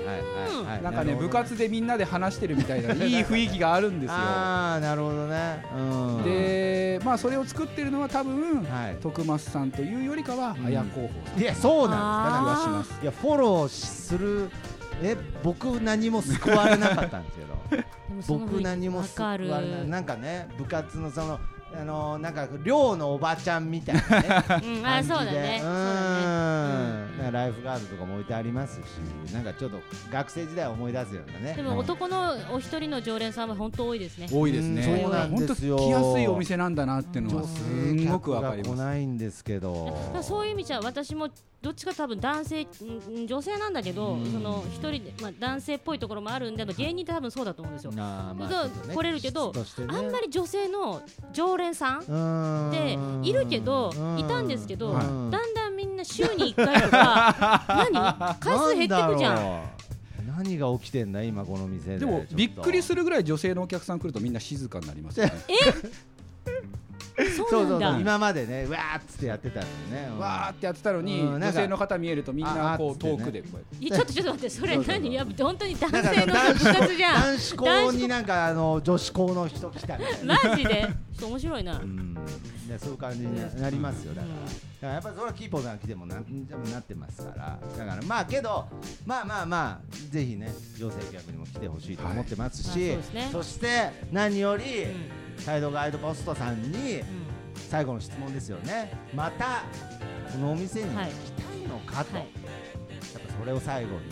S2: はい
S4: なんかね
S2: るほど
S4: 部活でみんなで話してるみ たいないい雰囲気があるんですよ。
S2: ああなるほどねうん
S4: でまあそれを作ってるのは多分
S2: はい
S4: 徳松さんというよりかは
S2: ん
S4: 綾候補さん
S2: いやそうなんですだか
S4: な気が
S3: あー
S4: します。
S2: らいやフォローするえ僕何も救われなかったんですけど
S3: で もその雰囲気
S2: 僕何も
S3: わ
S2: 救わ
S3: か
S2: れ
S3: る
S2: ないなんかね部活のそのあのーなんか寮のおばちゃんみたい なね感
S3: うん、あー
S2: じで
S3: そうだ
S2: う
S3: ねそうだね
S2: ー
S3: うんん
S2: なんかライフガードとかも置いてありますしなんかちょっと学生時代を思い出すようなね
S3: でも男のお一人の常連さんは本当多いですね
S4: 多いですね。
S2: うん
S3: そうなん
S2: ですよ
S4: 本当来やすいお店なんだなっていうのはすんごくわか
S2: 女
S4: り
S2: 性客が来
S4: ます。
S2: ないんですけど
S3: だからそういう意味じゃ私もどっちか多分男性んん女性なんだけど、その一人で、まあ、男性っぽいところもあるんであの芸人って多分そうだと思うんですよ、
S2: なあまあ
S3: そう
S2: ちょっとね
S3: 来れるけど
S2: 質としてね
S3: あんまり女性の常連さん
S2: うーん
S3: でいるけど
S2: うん
S3: いたんですけど、
S2: はい
S3: だんだんみんな週に1回 とか何回数減ってくじゃ
S2: なん
S3: ん
S2: だろう何が起きてんだ今この店で
S4: でもびっくり
S2: る
S4: するぐらい女性のお客さん来るとみんな静かになりますよね。
S2: そううそ
S3: そなん
S2: う
S3: だ
S2: そう今までねうわーっつってやってたのにねうん
S4: わーってやってたのに、
S2: うんなん
S4: 女
S2: か
S4: 性の方見えるとみん
S2: あ
S4: な
S2: あ
S4: こ
S2: っつ
S4: う
S2: ってね
S4: 遠くでこうやって
S3: いやちょっとちょっと待ってそれ
S2: そうそうそう
S3: 何や本当に男
S2: なんか
S3: 性の部活じゃん
S2: 男子校になんかあの女子校の人来たみたいな
S3: マジでちょっと面白いな、
S2: うんでそういう感じになりますよだからだからやっぱりそれはキーポーさん来てもな多分なってますからだからまあけどまあまあまあぜひね女性客にも来てほしいと思ってます
S3: はい
S2: し、
S3: まあそうですね
S2: そして何より、
S3: うん
S2: サイドガイドポストさんに
S3: う
S2: 最後の質問ですよねまたこのお店に行きたいのかと、
S3: はいはい
S2: やっぱそれを最後にお聞き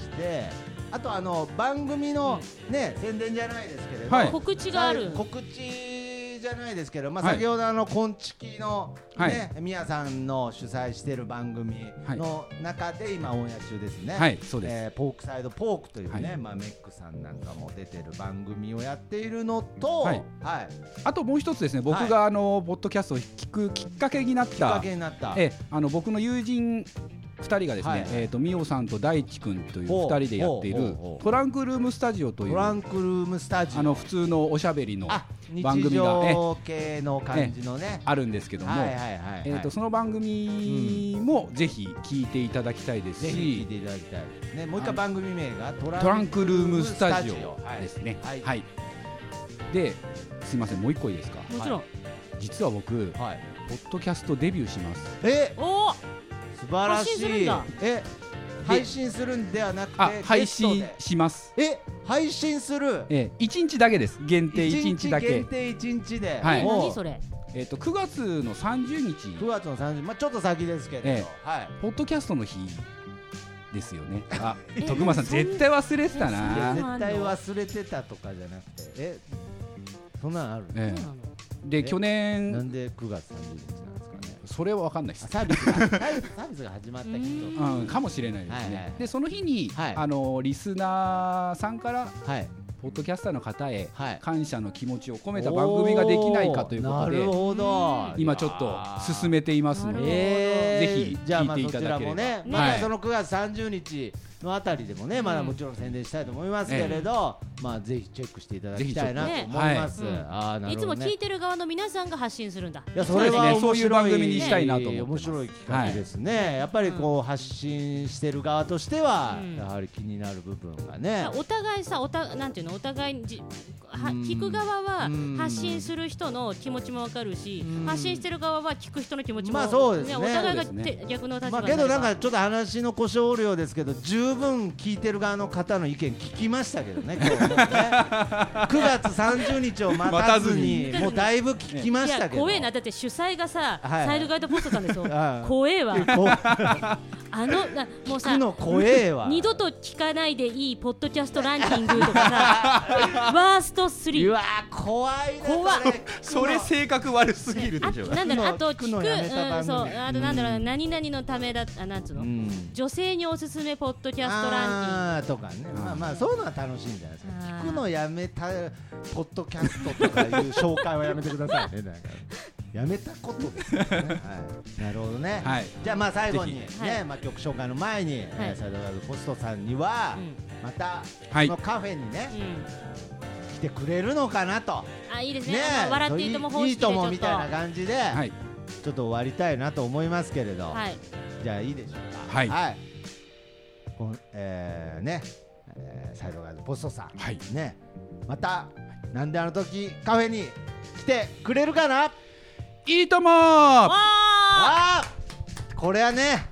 S2: してあとあの番組の、ね宣伝じゃないですけれど、
S4: はい
S3: ん、告知がある、
S2: はい告知じゃないですけど、まあ、
S4: はい
S2: 先ほどあの「こんちき」の
S4: はい
S2: ね宮、さんの主催している番組の中で今オンエア中ですね、
S4: はいそうです
S2: えーポークサイドポークというね、
S4: はい
S2: まあ、メックさんなんかも出てる番組をやっているのと、は
S4: はいいあともう一つですね僕があの、ポッドキャストを聞くきっかけになっ
S2: きっか
S4: た
S2: けになった。
S4: えあの僕の友人2人がですね、
S2: はい
S4: えー、と美桜さんと大地君という2人でやってい
S2: ほうほ
S4: る
S2: うほう
S4: トランクルームスタジオとい
S2: トラ
S4: う
S2: ンクルームスタジオ
S4: あの普通のおしゃべりの
S2: あ
S4: 番
S2: 日
S4: 組がえ
S2: 常系の感じのね
S4: あるんですけども、
S2: はいはいはいはい
S4: えー、とその番組もぜひ聞いていただきたいです
S2: ぜひ聞い
S4: し、
S2: ていただきたいですねもう一回番組名がト
S4: トランクルームスタジオ
S2: はい
S4: ですね。
S2: はい
S4: はいですいませんもう一個いいですか
S3: もちろん、
S4: 実は僕ポ
S2: はい
S4: ッドキャストデビューします
S2: え
S3: おお
S2: 素晴ら
S3: 発信
S2: し
S3: するん
S2: い
S3: だ
S2: え配信するんではなく
S4: あ
S2: て
S4: 配
S2: ゲ
S4: 信
S2: スト
S4: します
S2: でえ配信する
S4: えー、1日だけです限定
S2: 一
S4: 1日だけ
S2: 限定一日で
S4: はい
S3: え
S2: おう
S3: 何それ
S4: えっと9月の30日
S2: 9月の30、まあ、ちょっと先ですけれど、
S4: え
S2: はい、
S4: ポッドキャストの日ですよねあ徳間さん絶対忘れてた
S3: あ
S2: いや
S3: ー
S4: な
S2: 絶対忘れてたとかじゃなくてえそんなのある、
S4: え
S3: そうなの
S4: えで去
S2: な
S4: 年
S2: んで9月30日なんですかね
S4: それは分かんないで
S2: あ
S4: す
S2: サービスがサービスサービスが始まった日
S3: う
S2: と
S3: ん
S4: うん、かもしれないですね、
S2: はいはいはい
S4: でその日に、
S2: はい
S4: あのリスナーさんから
S2: はい
S4: ポッドキャスターの方へ
S2: はい
S4: 感謝の気持ちを込めた番組ができないかということ
S2: おーなる
S4: で
S2: ほど
S4: 今ちょっと進めています
S3: な
S4: の
S3: るほど
S4: で、
S2: えー
S4: ぜひ
S2: じゃあま
S4: 聞
S2: あ
S4: いてい
S2: そ
S4: た
S2: ち
S4: だ
S2: ら
S4: ければ
S2: もね、ま
S4: は
S2: た
S4: い
S2: その9月30日のあたりでもね、まだもちろん宣伝したいと思いますけれど、まあぜひチェックしていただきたいなと
S3: ぜひ
S2: 思
S3: ちょ
S2: い
S3: っ
S4: とね
S2: ます。
S3: はい
S2: あーなる
S3: い
S2: ほ
S3: つ
S2: ど
S3: も
S2: ね
S3: 聞いてる側の皆さんが発信するんだ
S2: いやそれは面白い
S4: そうですねそういう番組にしたいなと思ってます
S2: 面白い企画ですね、やっぱりこう発信してる側としては、
S3: うん
S2: やはり気になる部分がね、
S3: お互いさおたなんていうのお互いにじは
S2: うん
S3: 聞く側は
S2: うん
S3: 発信する人の気持ちもわかるし
S2: うん
S3: 発信してる側は聞く人の気持ちも
S2: まあそうですね
S3: お互いが
S4: そうですね
S3: て逆の
S2: ま
S3: 立場
S2: あ
S3: に
S2: け
S3: なれば
S2: どなんかちょっと話の故障量ですけど十分聞いてる側の方の意見聞きましたけどね今日もね 9月30日を待たずに
S3: 待たずに
S2: もうだいぶ聞きま
S3: い
S2: した
S3: や
S2: けど
S3: 怖えなだって主催がさ
S2: はいはい
S3: サイドガイドポストさんで しょ
S2: ああ
S3: 怖えわ
S2: こう
S3: あのなもう
S2: 聞
S3: さ
S2: くの怖えわ
S3: 二度と聞かないでいいポッドキャストランキングとか さワースト
S2: う
S3: 3
S2: わ怖いね
S3: 怖
S2: それ
S4: それ性格悪すぎるでしょ
S3: あなんだろうあと聞く
S2: 聞くのやめた番組
S3: うん、そうあとなんだろう何々のためだあなんつうの、
S2: うん
S3: 女性におすすめポッドキャストラン
S2: あーとかねまあまあそういうのは楽しいんじゃないですか
S3: あー
S2: 聞くのやめたポッドキャストとかいう紹介はやめてくださいねなんかやめたことですよね、はい、なるほどね、
S4: はい
S2: じゃあまあ最後に
S4: ぜ
S2: ね、
S3: ひはい
S2: まあ、曲紹介の前に、えーサイドガードポストさんには、また
S4: はい
S2: このカフェにね
S3: キング、うん
S2: 来てくれるのかなと
S3: あいいですね
S2: ね
S3: あの笑っていいとも方式でちょ
S2: い
S3: っ
S2: いと
S3: と
S2: もみたいな感じで、
S4: はい
S2: ちょっと終わりたいなと思いますけれど、
S3: はい
S2: じゃあいいでしょうか
S4: はい
S2: こんえーね、えーサイドガードポストさん、
S4: はい
S2: ねまたなんであの時カフェに来てくれるかな
S4: いいともー
S3: わ
S2: あーこれはね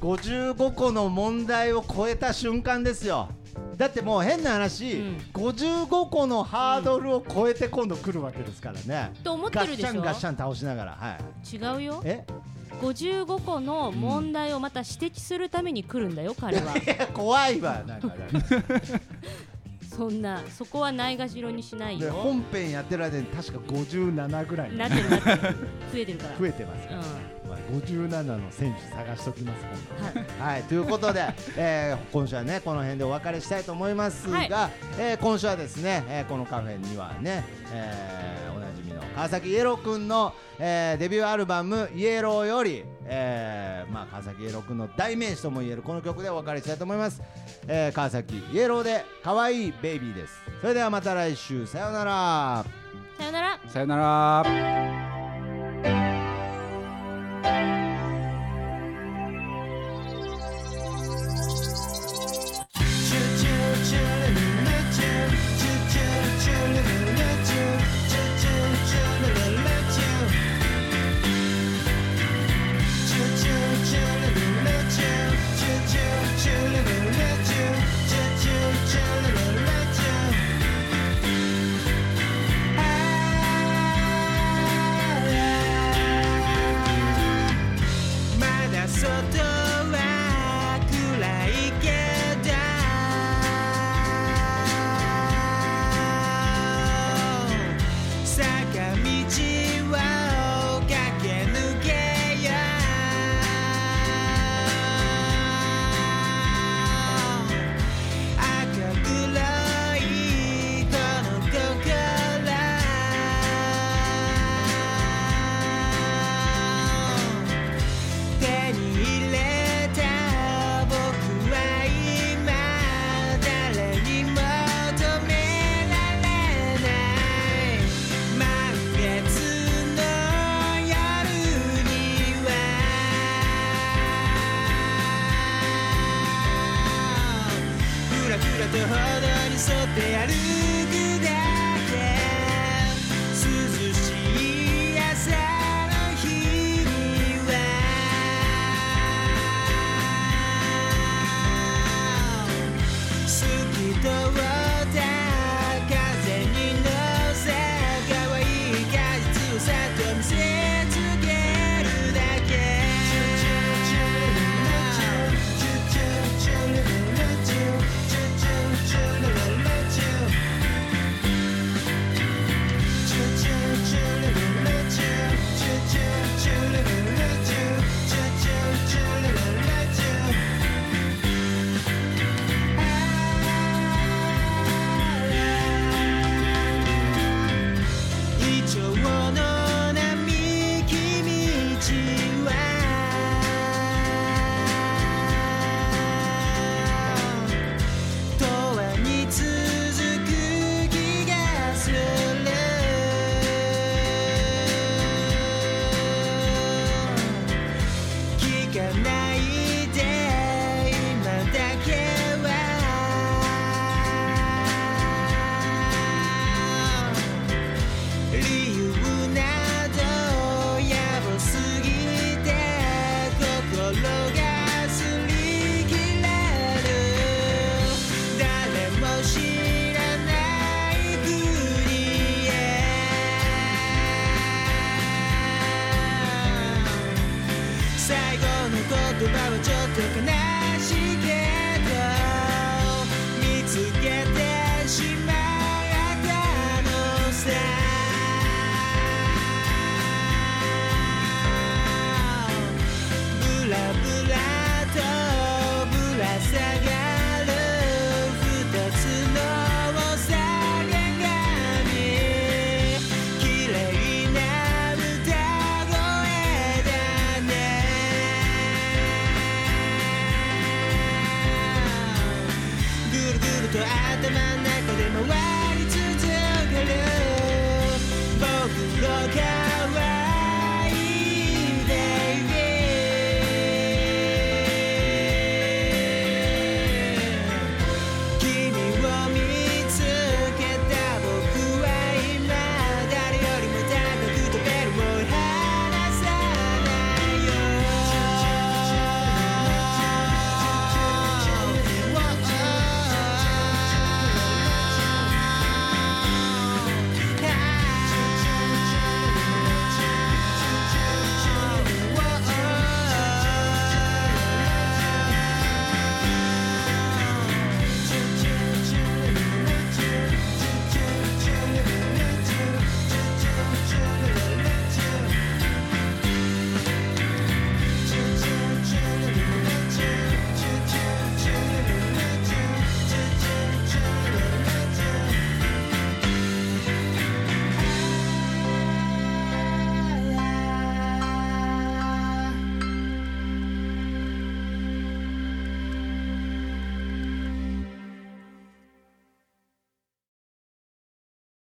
S2: 55個の問題を超えた瞬間ですよだってもう変な話、
S3: うん
S2: 55個のハードルを超えて今度来るわけですからね、
S3: ーと思って
S2: ガ
S3: る
S2: ッ
S3: で
S2: シャ
S3: し
S2: ン
S3: ょ
S2: ガッシャン倒しながらはい
S3: 違うよ
S2: え
S3: 55個の問題をまた指摘するために来るんだよ彼は
S2: いや怖いわなんかなんか
S3: そんなそこはないがしろにし ない
S2: で
S3: よ
S2: 本編やってる間に確か57ぐらいに
S3: なってるな ってる増えてるから
S2: 増えてますから、まあ、57の選手探しときます今度
S3: うんはい
S2: はい、ということで、 えー今週はねこの辺でお別れしたいと思いますが、
S3: はい
S2: えー今週はですね、えーこのカフェにはね、えーおなじみの川崎イエローくんの、えーデビューアルバム「イエロー」より、えーまあ、川崎イエローくんの代名詞ともいえるこの曲でお別れしたいと思います、えー川崎イエローで「可愛いベイビー」ですそれではまた来週さようなら
S3: さよなら
S4: さよなら
S5: まだ外は暗いけど坂道を駆け抜けよう赤黒いこの心手に入れた僕は今誰にも止められない満月の夜にはふらふらと歩道に沿って歩くだけ涼しい朝の日には透き通った風に乗せ可愛い果実をさとと頭の中で回り続ける